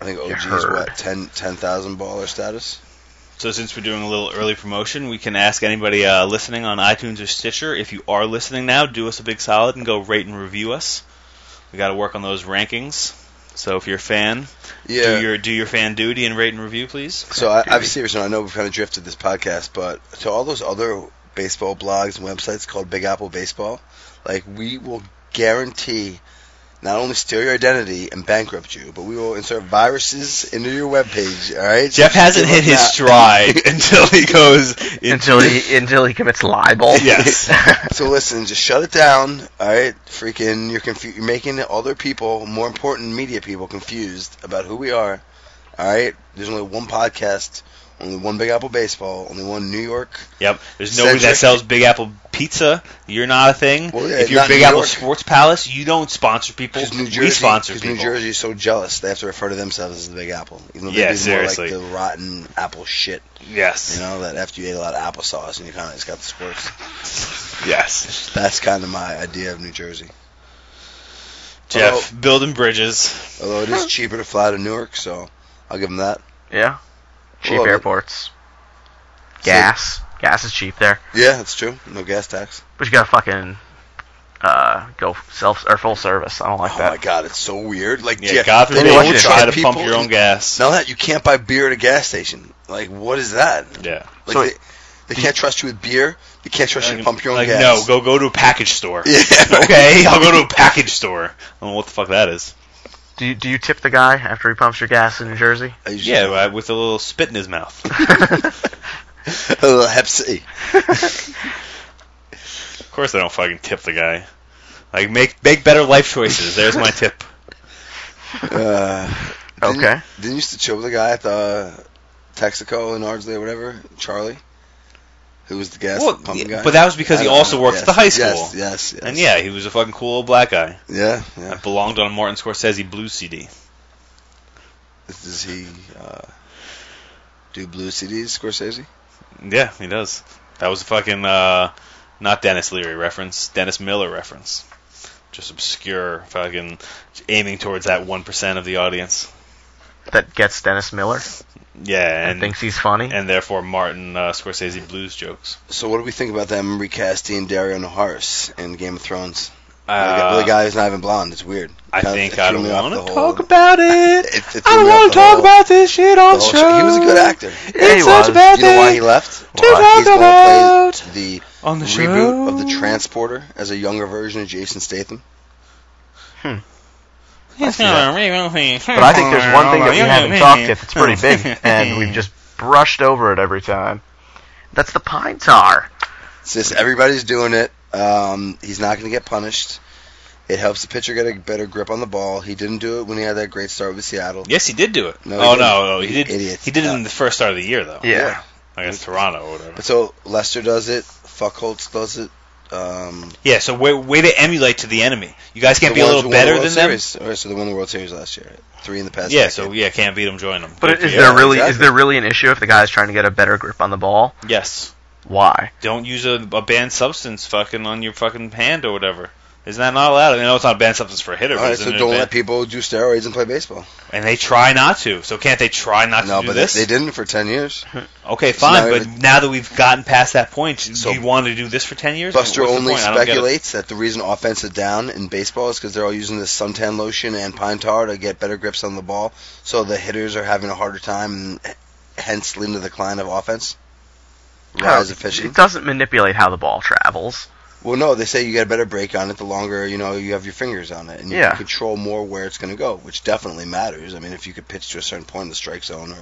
I think You OG is heard. what 10 10,000 baller status. So since we're doing a little early promotion, we can ask anybody uh, listening on iTunes or Stitcher. If you are listening now, do us a big solid and go rate and review us. We got to work on those rankings. So if you're a fan, Yeah. do your do your fan duty and rate and review, please. So I, I've Duty. seriously, I know we've kind of drifted this podcast, but to all those other baseball blogs and websites called Big Apple Baseball, like we will guarantee not only steal your identity and bankrupt you, but we will insert viruses into your webpage. All right, Jeff hasn't hit his stride until he goes into. Until he until he commits libel. Yes. So listen, just shut it down. All right, freaking, you're confu- you're making other people, more important media people, confused about who we are. All right, there's only one podcast, only one Big Apple Baseball, only one New York Yep. There's nobody that Centric. sells Big Apple pizza. You're not a thing. Well, yeah, if you're not Big New Apple York. Sports Palace, you don't sponsor people. Because New we Jersey, sponsor 'cause people. New Jersey is so jealous, they have to refer to themselves as the Big Apple, even though Yeah, they're more like seriously. the rotten apple shit. Yes. You know that after you ate a lot of applesauce and you kind of just got the squirts. Yes. That's kind of my idea of New Jersey. Jeff, building bridges. Although it is cheaper to fly to Newark, so I'll give them that. Yeah. Cheap Well, airports. Gas. Gas is cheap there. Yeah, that's true. No gas tax. But you gotta fucking uh, go self or full service. I don't like oh that. my god, it's so weird. Like, Yeah, yeah, God they forbid don't you want try charge to people- pump your own gas. Now that you can't buy beer at a gas station, like what is that? Yeah. Like So- they, they can't trust you with beer. They can't trust you to Like- pump your own like, gas. No, go go to a package store. Yeah. okay, I'll go to a package store. I don't know what the fuck that is. Do you, do you tip the guy after he pumps your gas in New Jersey? I usually- Yeah, uh, with a little spit in his mouth. a little Hep C. Of course, I don't fucking tip the guy. Like make make better life choices. There's my tip. Uh, didn't- Okay. Didn't you used to chill with the guy at the Texaco in Ardsley or whatever, Charlie, who was the gas Well, yeah, pumping guy. but that was because I he don't also know. worked Yes, at the high school. Yes, yes, yes. And yeah, he was a fucking cool old black guy. yeah, That yeah. belonged on a Martin Scorsese Blue CD. This is he. Uh, do blue CDs, Scorsese? Yeah, he does. That was a fucking uh, not Dennis Leary reference, Dennis Miller reference. Just obscure, fucking aiming towards that one percent of the audience. That gets Dennis Miller Yeah, and and thinks he's funny. and therefore Martin uh, Scorsese blues jokes. So what do we think about them recasting Dario Naharis in Game of Thrones? the, guy, Uh, the guy who's not even blonde. It's weird. I Kinda think threw I don't me off the want to whole- talk about it. It- it I don't threw me off want the to talk whole- about this shit the on whole show. show. He was a good actor. Yeah, he It's such was. a bad You know why he thing left? to Why? talk He's the one who about plays the on the show. reboot of the Transporter as a younger version of Jason Statham. I see that. But But I think there's one thing that we haven't talked if it's pretty big, and we've just brushed over it every time. That's the pine tar. It's just everybody's doing it. Um, he's not going to get punished. It helps the pitcher get a better grip on the ball. He didn't do it when he had that great start with Seattle. Yes, he did do it. No, he oh didn't. no, no, he You did. idiot. He did it Uh, in the first start of the year though. Yeah. against Toronto or whatever. But so Lester does it. Fuckholz does it. Um, Yeah, so way, way to emulate to the enemy. You guys can't be the a ones little who won the better World than them. Series, them. Or so they won the World Series last year. Three in the past. Yeah, decade. so yeah, can't beat them, join them. But is there really is there really an issue if the guy's trying to get a better grip on the ball? Yes, Why? don't use a, a banned substance fucking on your fucking hand or whatever. Isn't that not allowed? I know it's not a banned substance for a hitter, All but right, isn't so it a don't let banned- people do steroids and play baseball. and they try not to. So can't they try not to No, do but they, this? they didn't for ten years. Okay, So now fine, but every- now that we've gotten past that point, So- do you want to do this for ten years? Buster What's the only point? I don't get it. speculates that the reason offense is down in baseball is because they're all using this suntan lotion and pine tar to get better grips on the ball, so the hitters are having a harder time, and hence leading to the decline of offense. Rise of pitching. It doesn't manipulate how the ball travels. Well, no, they say you get a better break on it the longer you know you have your fingers on it, and you Yeah. can control more where it's going to go, which definitely matters. I mean, if you could pitch to a certain point in the strike zone, or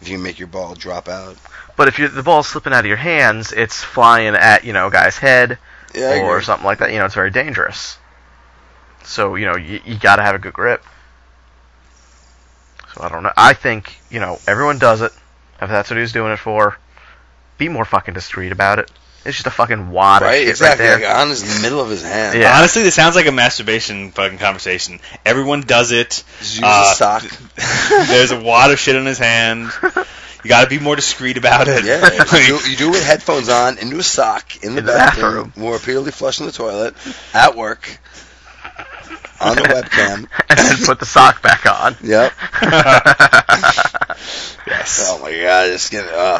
if you make your ball drop out. But if you the ball's slipping out of your hands, it's flying at you know a guy's head Yeah, I or agree. something like that. You know, it's very dangerous. So you know you, you got to have a good grip. So I don't know. I think you know everyone does it. If that's what he was doing it for, Be more fucking discreet about it. It's just a fucking wad of right? shit Exactly. right there. like, "Ah, on his middle of his hand. Yeah. Honestly, this sounds like a masturbation fucking conversation. Everyone does it. Just use Uh, a sock. There's a wad of shit in his hand. You got to be more discreet about it. Yeah, you, do- you do it with headphones on, into a sock, in the In the bathroom, bathroom. more repeatedly flushing the toilet, at work, on the webcam. and then put the sock back on. Yep. yes. Oh my god, it's getting. Uh.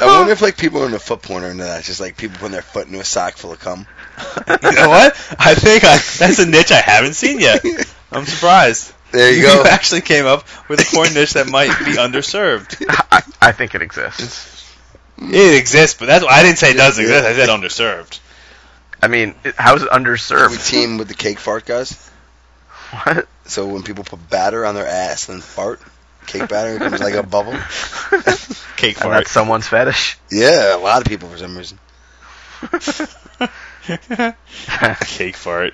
I wonder if like people are into foot porn or into that. Just like people putting their foot into a sock full of cum. You know what? I think I, that's a niche I haven't seen yet. I'm surprised. There you go. actually came up with a porn niche that might be underserved. I, I think it exists. It exists, but that's why I didn't say it does exist. I said underserved. I mean, it, how is it We underserved? team with the cake fart guys. What? So when people put batter on their ass and fart, cake batter becomes like a bubble. Cake And fart. that's someone's fetish. Yeah, a lot of people for some reason. Cake fart.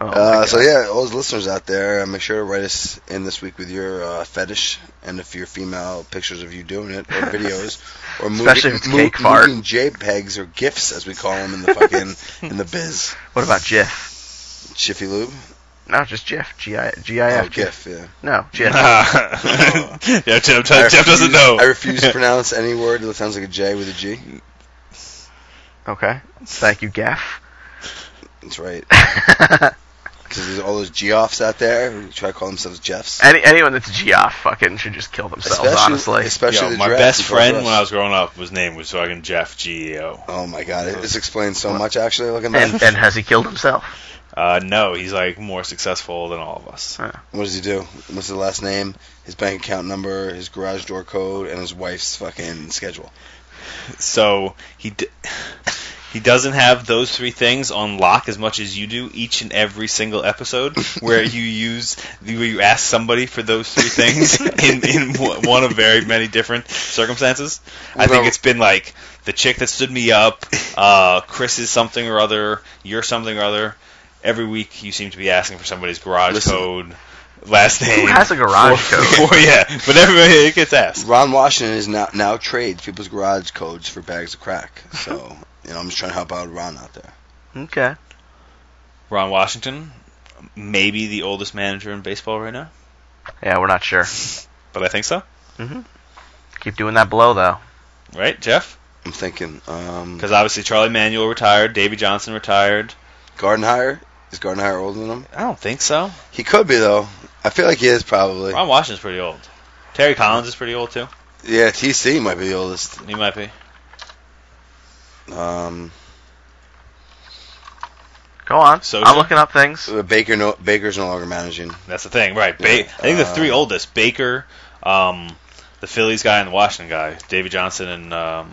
Oh, Uh, my so God. yeah, all those listeners out there, uh, make sure to write us in this week with your uh, fetish and if your female pictures of you doing it or videos or moving, Especially if it's cake mo- fart. moving JPEGs or GIFs as we call them in the fucking in the biz. What about GIF? Jiffy Lube. No, just GIF. G-I- Oh, Uh. GIF. GIF. Yeah. No, GIF. yeah, Jeff, Jeff- I Jeff doesn't refuse- know. I refuse to pronounce any word that sounds like a J with a G. Okay. Thank you, Gaff. That's right. Because there's all those G-offs out there who try to call themselves Jeffs. Any anyone that's Geoff fucking should just kill themselves, honestly. especially Yo, the my draft best control friend rush. when I was growing up, his name was fucking Jeff E Geo. Oh my god, it- this explains so much. Actually, looking back, And and has he killed himself? Uh, no, he's like more successful than all of us. what does he do? What's his last name? His bank account number, his garage door code, and his wife's fucking schedule. So he d- he doesn't have those three things on lock as much as you do each and every single episode, where you use where you ask somebody for those three things in in one one of very many different circumstances. I think No. it's been like the chick that stood me up, uh, Chris is something or other, you're something or other. Every week you seem to be asking for somebody's garage Listen. code. Last name. has a garage code? Or, yeah, but everybody gets asked. Ron Washington is now now trades people's garage codes for bags of crack. So you know, I'm just trying to help out Ron out there. Okay. Ron Washington, maybe the oldest manager in baseball right now, Yeah, we're not sure. but I think so. Keep doing that blow though. Right, Jeff? I'm thinking, um, Because obviously Charlie Manuel retired, Davey Johnson retired. Gardenhire is Gardenhire older than him? I don't think so. He could be though. I feel like he is probably. Ron Washington's pretty old. Terry Collins is pretty old too. Yeah, TC might be the oldest. He might be. Um, Go on. So- I'm looking up things. Baker no, Baker's no longer managing. That's the thing, right? Ba- I think the uh, three oldest: Baker, um, the Phillies guy, and the Washington guy. Davey Johnson and um,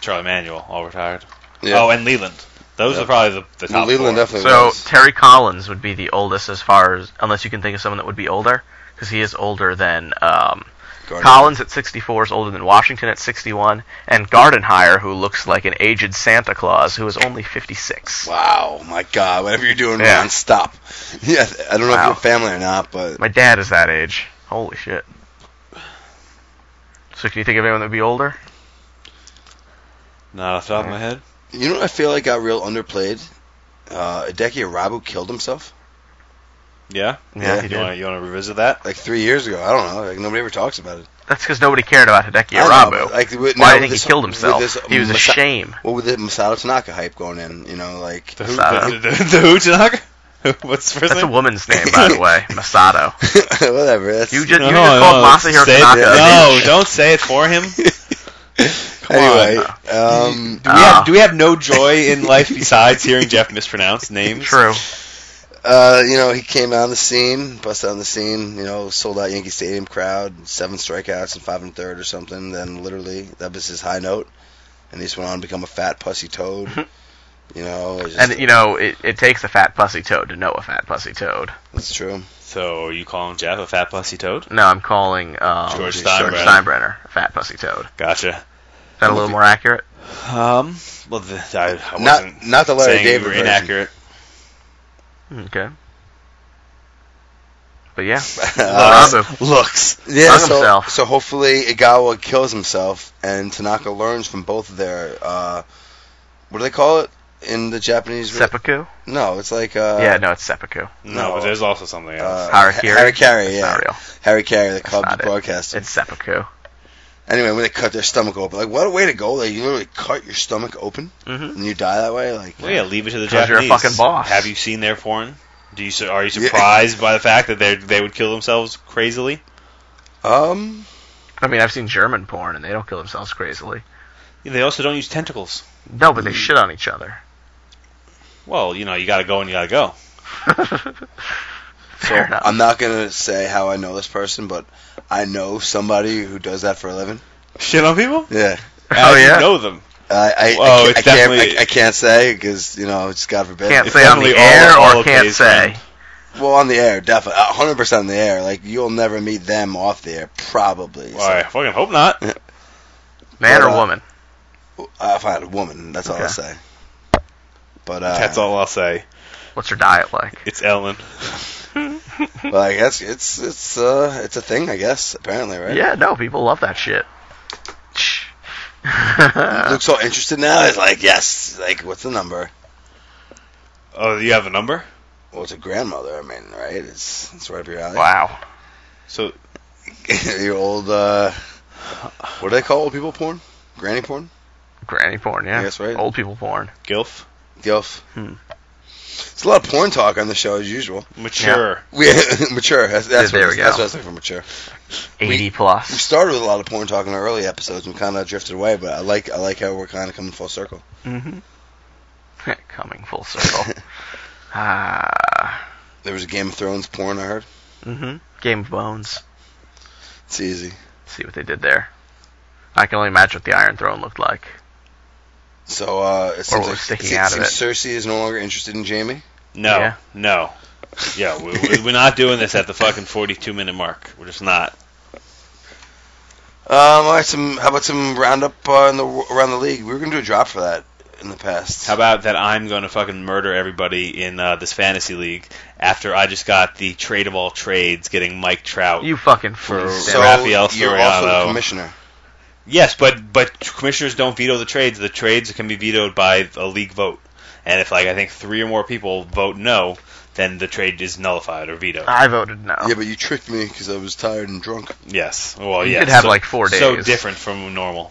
Charlie Manuel all retired. Yeah. Oh, and Leland. Those Yeah. are probably the, the top Leland four. definitely So was. Terry Collins would be the oldest as far as unless you can think of someone that would be older because he is older than um, Gardner. Collins at 64 is older than Washington at 61 and Gardenhire who looks like an aged Santa Claus who is only 56. Wow, my God! Whatever you're doing, Yeah. Ron, stop. Yeah, I don't know Wow. if you're family or not, but My dad is that age. Holy shit. So can you think of anyone that would be older? Not off the top of my head. you know what I feel like got real underplayed. Uh, Hideki Arabu killed himself Yeah. Yeah, he You did. want to you want to revisit that? like three years ago. I don't know. Like nobody ever talks about it. That's because nobody cared about Hideki I know, Arabu. but, like, with- Why now do you with think this- he killed with himself? this um, He was a Masa- shame. Well, with the Masato Tanaka hype going in, you know, like The who? Masada. The, the, the who Tanaka? What's the first That's a name? woman's name, by the way. Masato. whatever. That's, You just, No, you no, just called no, Masahiro say it- Tanaka. a No, bitch. don't say it for him. anyway. Um, Do we, have, Ah. do we have no joy in life besides hearing Jeff mispronounce names? True. Uh, you know, he came on the scene, busted on the scene, you know, sold out Yankee Stadium crowd, seven strikeouts and five and third or something. Then literally, that was his high note. And he just went on to become a fat pussy toad. you know, it's just, And, you know, it, it takes a fat pussy toad to know a fat pussy toad. that's true. So you calling Jeff a fat pussy toad? No, I'm calling um, George Steinbrenner. Steinbrenner a fat pussy toad. Gotcha. Is that a little more accurate? Um. Well, the, I, I Not wasn't not the Larry saying you David were version. inaccurate. Okay. Hmm, But yeah, Uh, Rondo. Looks. yeah, hung so, himself. so hopefully Igawa kills himself and Tanaka learns from both of their uh, what do they call it in the Japanese? seppuku. no, it's like uh, yeah, no, it's seppuku. No, but there's also something else. uh, Harakiri? Harry Carey, It's yeah, not real. Harry Carey, the club not it. broadcaster. It's seppuku. Anyway, when they cut their stomach open, like what a way to go! Like you literally cut your stomach open Mm-hmm. and you die that way. Like well, yeah, leave it to the 'Cause Japanese. you're a fucking boss. Have you seen their porn? Do you su- are you surprised by the fact that they they would kill themselves crazily? um, I mean, I've seen German porn, and they don't kill themselves crazily. They also don't use tentacles. No, Mm. but they shit on each other. Well, you know, you got to go and you got to go. Fair enough. I'm not gonna say how I know this person, but I know somebody who does that for a living. Shit on people? Yeah, How oh do you yeah. know them. I I, Well, I, it's can't, I, can't definitely- I, I can't say because you know it's God forbid. Can't It's say on the definitely all- air all or of can't Hayes' say. Well, on the air, definitely, hundred percent on the air. Like you'll never meet them off the air, probably. Well, I fucking hope not. Man But, or uh, woman? So, I find a woman. That's all I'll Okay. say. But uh, That's all I'll say. What's her diet like? It's Ellen. but, Like that's it's it's uh it's a thing, I guess. Apparently, right? Yeah, no, people love that shit. He looks so interested now. He's like, yes. Like, what's the number? Oh, you have a number? Well, it's a grandmother. I mean, right? It's it's right up your alley. wow. So your old uh, what do they call old people porn? Granny porn? Granny porn, yeah. Yes, right. Old people porn. gilf, Gilf. Hmm. It's a lot of porn talk on the show as usual. mature. We mature. That's, that's There what, we go. That's what I was looking for. Mature. 80 We plus. started with a lot of porn talk in our early episodes. and kind of drifted away, but I like I like how we're kind of coming full circle. Mm-hmm. hmm Coming full circle. ah. There was a Game of Thrones porn I heard. hmm Game of Bones. It's easy. See what they did there. I can only imagine what the Iron Throne looked like. So uh, it seems we're like sticking it out of seems it. Cersei is no longer interested in Jamie. No, Yeah. no. Yeah, we, we- we're not doing this at the fucking 42 minute mark. We're just not. Um, all right, some how about some roundup uh, in the around the league? We were gonna do a drop for that in the past. How about that I'm going to fucking murder everybody in uh, this fantasy league after I just got the trade of all trades getting Mike Trout. You fucking For- fleeced so him. Rafael you're also the Soriano. commissioner. yes, but but commissioners don't veto the trades. The trades can be vetoed by a league vote. And if like I think 3 or more people vote no, then the trade is nullified or vetoed. I voted no. Yeah, but you tricked me because I was tired and drunk. yes. Well, You yeah. could have, so- like, four So days. different from normal.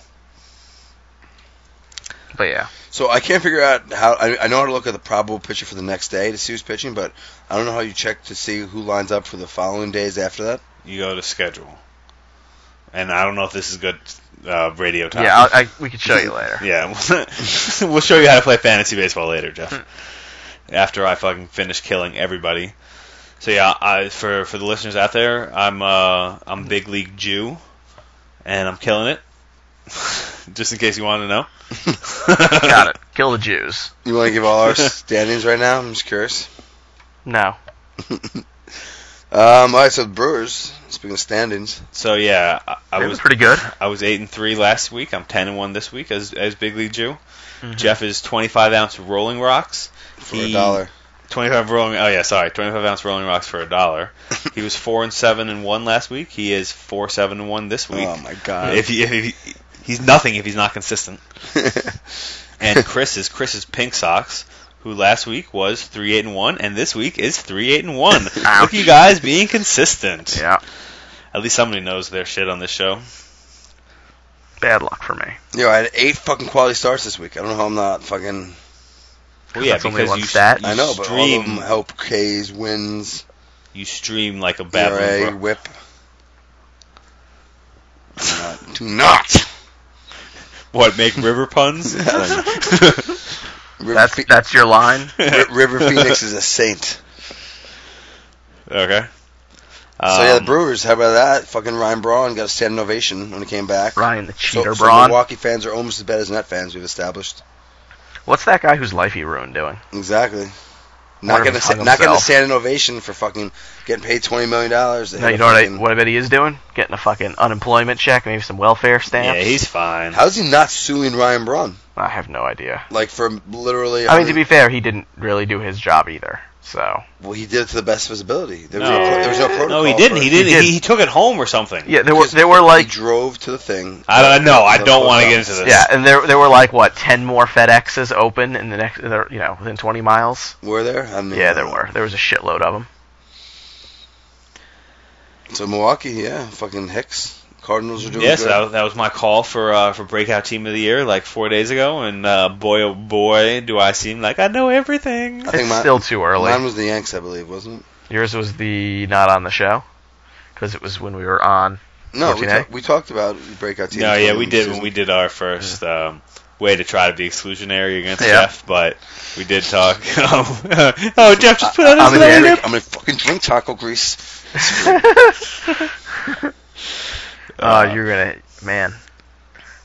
but yeah. So I can't figure out how. I, I know how to look at the probable pitcher for the next day to see who's pitching, but I don't know how you check to see who lines up for the following days after that. You go to schedule. And I don't know if this is good uh, radio time. Yeah, I, I, we could show you later. Yeah, we'll- we'll show you how to play fantasy baseball later, Jeff. After I fucking finish killing everybody. So yeah, I for for the listeners out there, I'm uh I'm big league Jew, and I'm killing it. Just in case you wanted to know. Got it. Kill the Jews. You want to give all our standings right now? I'm just curious. No. Um, all right, so Brewers. Speaking of standings, So yeah, I, I They was were pretty good. I was eight and three last week. I'm ten and one this week as as big league Jew. Jeff is 25 ounce Rolling Rocks. for He- a dollar. 25 rolling. Oh yeah, sorry, 25 ounce Rolling Rocks for a dollar. He was four and seven and one last week. He is four seven and one this week. Oh my god! Uh, if, he, if he- he's nothing if he's not consistent. And Chris is Chris's Pink Sox, who last week was three eight and one, and this week is three eight and one. Look, at Ouch. you guys being consistent. Yeah. At least somebody knows their shit on this show. Bad luck for me. Yo, I had eight fucking quality starts this week. I don't know how I'm not fucking. Well, yeah, That's only because one you, stat. you I know, but all of stream them help K's, wins, you stream like a bad ERA, one, bro. whip. Do not- Do not. What make river puns? River, That's Phe- that's your line. Ri- River Phoenix is a saint. Okay. so yeah, the Um, Brewers. How about that? Fucking Ryan Braun got a standing ovation when he came back. Ryan the So, cheater so brawn. Milwaukee fans are almost as bad as Net fans. We've established What's that guy whose life he ruined doing? exactly. Not Wonder if gonna he's sa- hung not gonna himself. stand an ovation for fucking getting paid twenty million dollars. No, you know what I, what I bet he is doing? Getting a fucking unemployment check, maybe some welfare stamps. Yeah, he's fine. How's he not suing Ryan Braun? I have no idea. Like for literally. I mean, to be fair, he didn't really do his job either. So Well, he did it to the best of his ability. There, No. was, no, pro- there was no protocol. No, he didn't. for He it. didn't. He, did. he took it home or something. yeah, there were Just- there were he like drove to the thing. I don't know. I The don't want to fuck get up. into this. yeah, and there there were like what ten more FedExes open in the next there- you know within twenty miles. Were there? I mean, Yeah, there were. There was a shitload of them. So Milwaukee, yeah, fucking Hicks. Cardinals are doing Yes, good. that, that was my call for uh, for breakout team of the year like four days ago, and uh, boy oh boy, do I seem like I know everything. I think It's mine- still too early. Mine was the Yanks, I believe, wasn't Yours was the not on the show because it was when we were on. it? No, we, 14A? ta- we talked about breakout teams. No, yeah, during we the did when season. we did our first um, way to try to be exclusionary against Yeah. Jeff, but we did talk. oh, Jeff just put I'm on his gonna, drink, lineup. I'm gonna fucking drink taco grease. Oh, you're gonna man.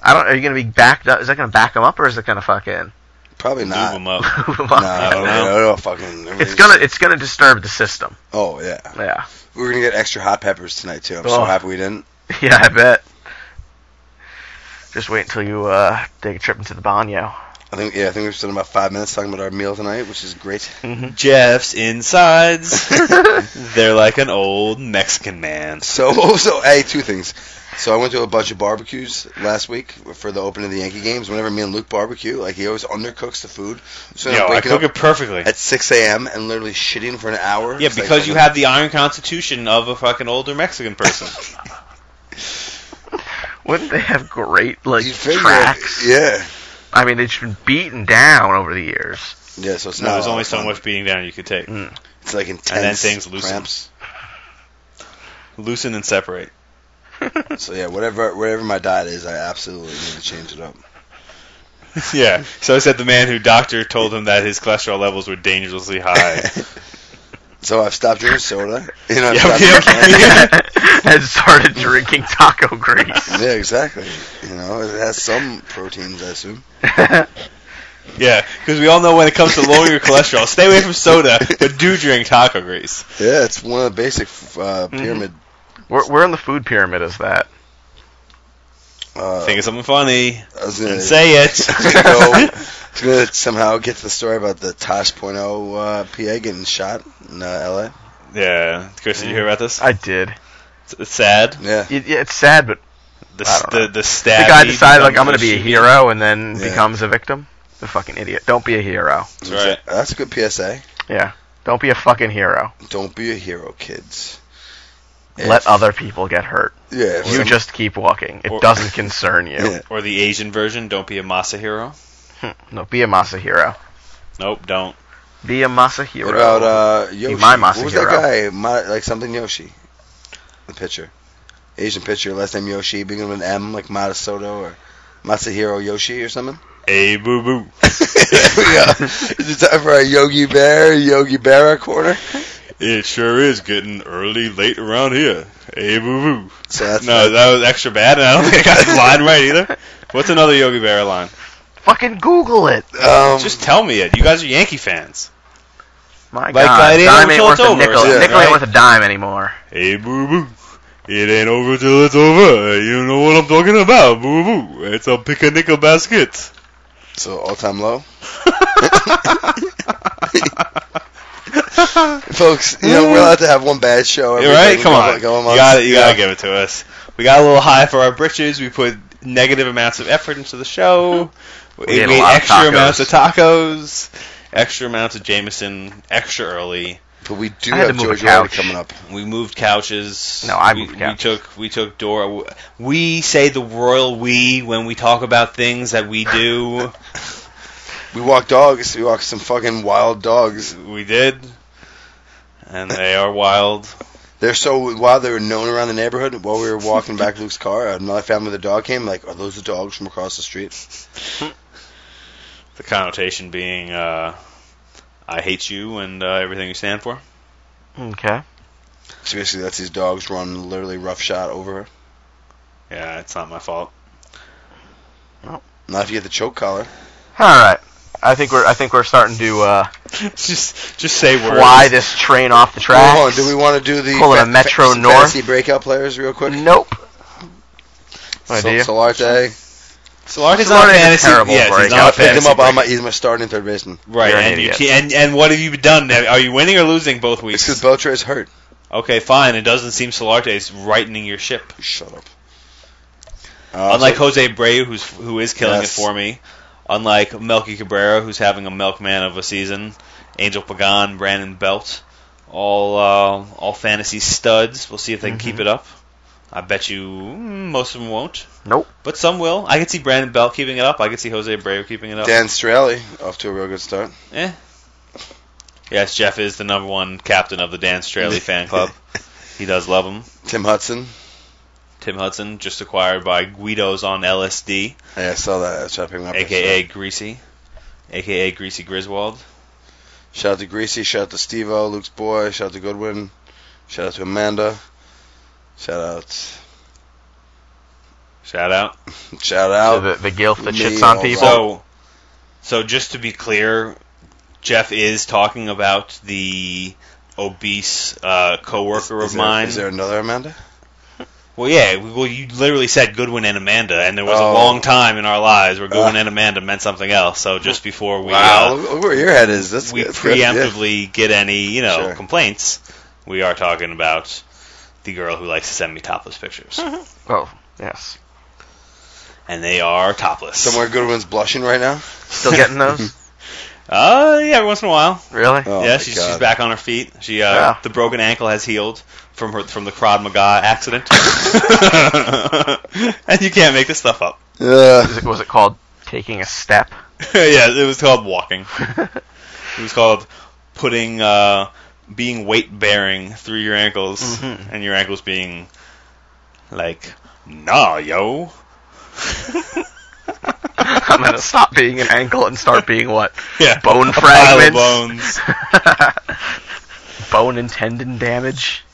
I don't. Are you gonna be backed up? Is that gonna back them up or is it gonna fucking? Probably Move not. him up. move 'em No, up? I no, don't no, know. no, no, fucking. It's gonna it's gonna disturb the system. Oh yeah, Yeah, we're gonna get extra hot peppers tonight too. I'm so Oh. happy we didn't. yeah, I bet. Just wait until you uh, take a trip into the banyo. I think yeah, I think we've spent about five minutes talking about our meal tonight, which is great. Mm-hmm. Jeff's insides. They're like an old Mexican man. So so hey, two things. So I went to a bunch of barbecues last week for the opening of the Yankee games. Whenever me and Luke barbecue, like he always undercooks the food. So Yo, I'm I waking cook up it perfectly. at 6 a.m. and literally shitting for an hour. Yeah, It's like because you fucking- have the iron constitution of a fucking older Mexican person. Wouldn't they have great like you figure- tracks? Yeah, I mean, they've just been beaten down over the years. yeah. So it's no, not. Mm. there's a lot only of so fun. much beating down you could take. It's like intense. then things loosen. cramps. Loosen and separate. So yeah, whatever whatever my diet is, I absolutely need to change it up. yeah. So said the man who doctor told him that his cholesterol levels were dangerously high. So I've stopped drinking soda. You know. I've Yeah, stopped yeah, drinking- and started drinking taco grease. Yeah, exactly. You know, it has some proteins, I assume. yeah, because we all know when it comes to lowering your cholesterol, stay away from soda, but do drink taco grease. Yeah, it's one of the basic uh, pyramid. Where, where in the food pyramid is that? Uh, Think of something funny I was gonna and say it. I was gonna go. I was gonna somehow get to the story about the Tosh.0 uh, PA getting shot in uh, L.A. yeah, Chris, did you hear about this? I did. It's- It's sad. Yeah, It, yeah, it's sad, but The I don't know. the the stab. the guy decided like I'm going to be a hero and then Yeah. becomes a victim. The fucking idiot. Don't be a hero. That's right. that's a good PSA. Yeah. Don't be a fucking hero. Don't be a hero, kids. Let other people get hurt. yeah, if You some- just keep walking. It Or- doesn't concern you. Yeah. Or the Asian version. Don't be a Masahiro. No, be a Masahiro. Nope, don't. Be a Masahiro. What about uh, Yoshi? my what was that Masahiro. guy? Ma like something Yoshi, the pitcher, Asian pitcher, last name Yoshi, beginning with an M, like Masasoto or Masahiro Yoshi or something. A boo boo. yeah, is it time for a Yogi Bear, Yogi Berra quarter? It sure is getting early late around here. Hey boo boo. So that's No, that was extra bad, and I don't think I got the line right either. What's another Yogi Berra line? Fucking Google it. um, Just tell me it. You guys are Yankee fans. My Like, God. uh, it ain't dime over ain't till it's worth a over or nickel. something, nickel ain't right? worth a dime anymore. Hey boo boo. It ain't over till it's over. You know what I'm talking about, boo boo. It's a pick a nickel basket. so all time low, folks. You know we're allowed to have one bad show. Every Mm. You're right? fucking Come couple- on. You couple months. got You Yeah. gotta give it to us. We got a little high for our britches. We put negative amounts of effort into the show. We, We ate a ate lot of extra tacos. amounts of tacos, extra amounts of Jameson, extra early. But we do I had to have move a George Wright couch. coming up. We moved couches. No, I we, moved We couches. took we took Dora. We say the royal we when we talk about things that we do. We walk dogs. We walk some fucking wild dogs. we did, and they are wild. They're so while they were known around the neighborhood, while we were walking back Luke's car, another family with a dog came. Like, are those the dogs from across the street? The connotation being, uh, I hate you and uh, everything you stand for. Okay. So basically, that's these dogs run literally rough shot over her. Yeah, it's not my fault. Not if you get the choke collar. All right. I think we're I think we're starting to uh, just just say words. fly this train off the tracks. Hold on, do we want to do the Call it a fa- Metro fa- North? fantasy breakout players real quick? Nope. Sol- Idea. Solarte, Solakis Solakis not a is fantasy. terrible yes, for he's a not a guy. eh? Pick him fantasy up. player. On my, he's my starting third baseman. right, You're an and you idiot. can, and and what have you done? Are you winning or losing both It's weeks? because Beltre is hurt. Okay, fine. It doesn't seem Solarte is rightening your ship. Shut up. Uh, Unlike Jose Abreu, who's who is killing Yes. it for me. Unlike Melky Cabrera, who's having a milkman of a season. Angel Pagan, Brandon Belt, all uh, all fantasy studs. We'll see if they can Mm-hmm. keep Mhm. it up. I bet you mm, most of them won't, Nope. but some will. I could see Brandon Belt keeping it up. I could see Jose Abreu keeping it up. Dan Straley off to a real good start. Eh. Yes, Jeff is the number one captain of the Dan Straley fan club. He does love him. Tim Hudson. Tim Hudson, just acquired by Guido's on LSD, Yeah, I saw that. I was trying to pick him up. aka Greasy, aka Greasy Griswold. Shout out to Greasy. Shout out to Steve O, Luke's boy. Shout out to Goodwin. Shout out to Amanda. Shout out. Shout out. Shout out. the, the gilf that me, shits on all people. right. So, so just to be clear, Jeff is talking about the obese uh, coworker Is of there- mine. Is there another Amanda? Well, yeah. we- Well, you literally said Goodwin and Amanda, and there was Oh. a long time in our lives where Goodwin Ah. and Amanda meant something else. So just before we uh, Wow, look, look where your head is. That's we that's good. preemptively get any you know Sure. complaints, we are talking about the girl who likes to send me topless pictures, Mm-hmm. Oh, yes. and they are topless. Yeah. Somewhere Goodwin's blushing right now. Still getting those? Uh, yeah, every once in a while. really? Oh, yeah, my she's, God. she's back on her feet. She uh, Yeah. the broken ankle has healed from her from the Krav Maga accident, and you can't make this stuff up. Is Yeah. it, was it called taking a step? yeah, it was called walking. It was called putting uh, being weight bearing through your ankles Mhm. and your ankles being like nah yo. I'm gonna stop being an ankle and start being what? yeah, Bone a pile of fragments. bones. Bone and tendon damage.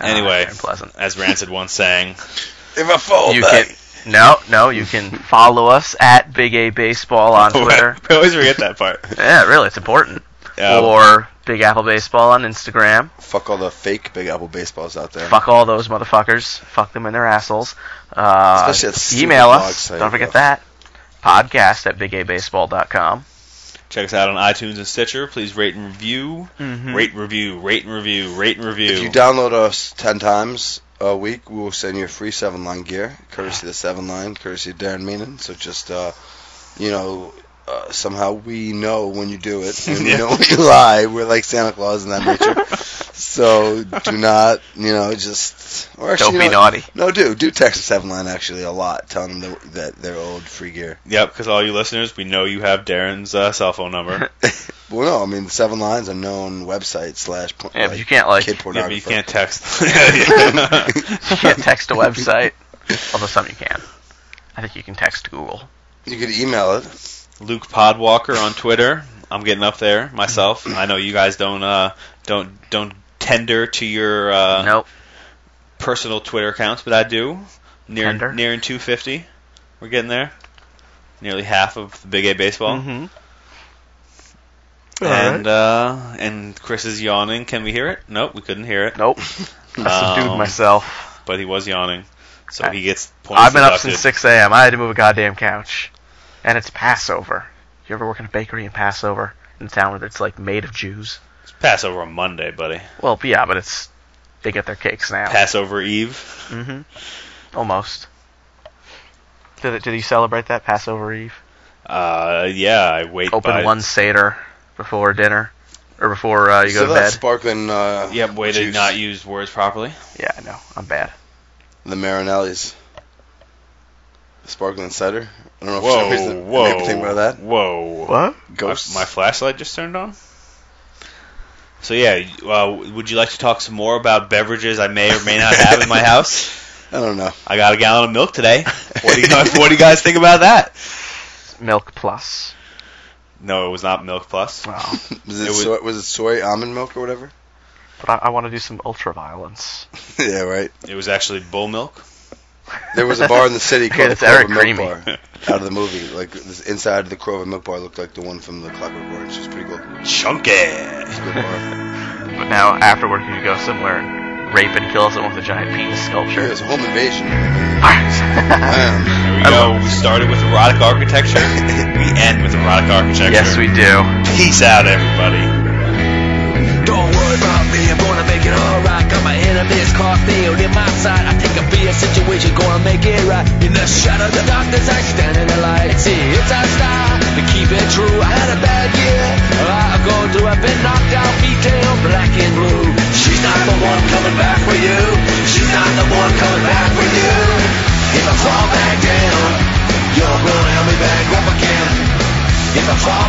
Anyway. Ah, unpleasant. As Rancid once sang, If I fall you back. can no, no. You can follow us at Big A Baseball on Twitter. we always forget that part. Yeah, really, it's important. Um, or Big Apple Baseball on Instagram. Fuck all the fake Big Apple baseballs out there. Fuck all those motherfuckers. Fuck them in their assholes. Uh, Especially that stupid email blog us. site, Don't forget though. that. Podcast at bigabaseball.com. check us out on iTunes and Stitcher. Please rate and review. Mm-hmm. Rate and review. Rate and review. Rate and review. If you download us ten times a week, we will send you a free seven line gear, courtesy of the seven line, courtesy of Darren Meenan. So just uh, you know, uh, somehow we know when you do it, and we Yeah. know when you lie. We're like Santa Claus in that nature. so do not, you know, just or actually, Don't you be know- naughty. No, do do text the seven line actually a lot, telling them that, that they're old free gear. Yep, because all you listeners, we know you have Darren's uh, cell phone number. Well, no, I mean seven lines a known website slash po- Yeah, like, but you can't like kid you yeah, but you pornographer. can't text. Yeah, yeah. can't text a website. Although some you can. I think you can text Google. You could email it. Luke Podwalker on Twitter. I'm getting up there myself. I know you guys don't uh, don't don't tender to your uh, nope. personal Twitter accounts, but I do. Near Tender? near in 250, we're getting there. Nearly half of the Big A Mm-hmm. baseball. And uh, and Chris is yawning. Can we hear it? Nope, we couldn't hear it, nope. I subdued Um, myself. but he was yawning, so I- he gets points. I've been up deducted. since 6 a.m. I had to move a goddamn couch. And it's Passover. You ever work in a bakery in Passover? In a town where it's like made of Jews? Passover on Monday, buddy. Well, yeah, but it's. They get their cakes now. Passover Eve. Mm-hmm. Almost. Did, it, did you celebrate that Passover Eve? Uh, yeah, I wait. Open by, one seder before dinner, or before uh, you so go to that's bed. sparkling. Uh, Yep, way to juice. not use words properly. yeah, I know. I'm bad. The Marinelli's sparkling cider. I don't know if for some Whoa, reason I made whoa, me think about that. whoa! What? Ghosts. My, my flashlight just turned on. So yeah, uh, would you like to talk some more about beverages I may or may not have in my house? I don't know. I got a gallon of milk today. What do you guys, what do you guys think about that? Milk plus. No, it was not milk plus. Wow. Was it, It was- soy, was it soy almond milk or whatever? but I, I want to do some ultra violence. yeah, right. It was actually bull milk. There was a bar in the city Hey, called the that's Eric Clover Milk Creamy. Bar. Out of the movie, like this inside the Clover Milk Bar looked like the one from the Clockwork Orange. It's pretty cool. It's Chunky. a good bar. But now after work you go somewhere and rape and kill someone with a giant penis sculpture. It's a home invasion. Alright. Here we I go. We started with erotic architecture. we end with erotic architecture. yes, we do. Peace out, everybody. Don't worry about me, I'm gonna make it alright. Got my enemies caught nailed in my side. I take a beer situation, gonna make it right. In the shadow, the darkness, I stand in the light. See, it's our style, we keep it true. I had a bad year, I've gone through. I've been knocked out, beat down, black and blue. She's not the one coming back for you. She's not the one coming back for you. If I fall back down, you're gonna help me back up again. If I fall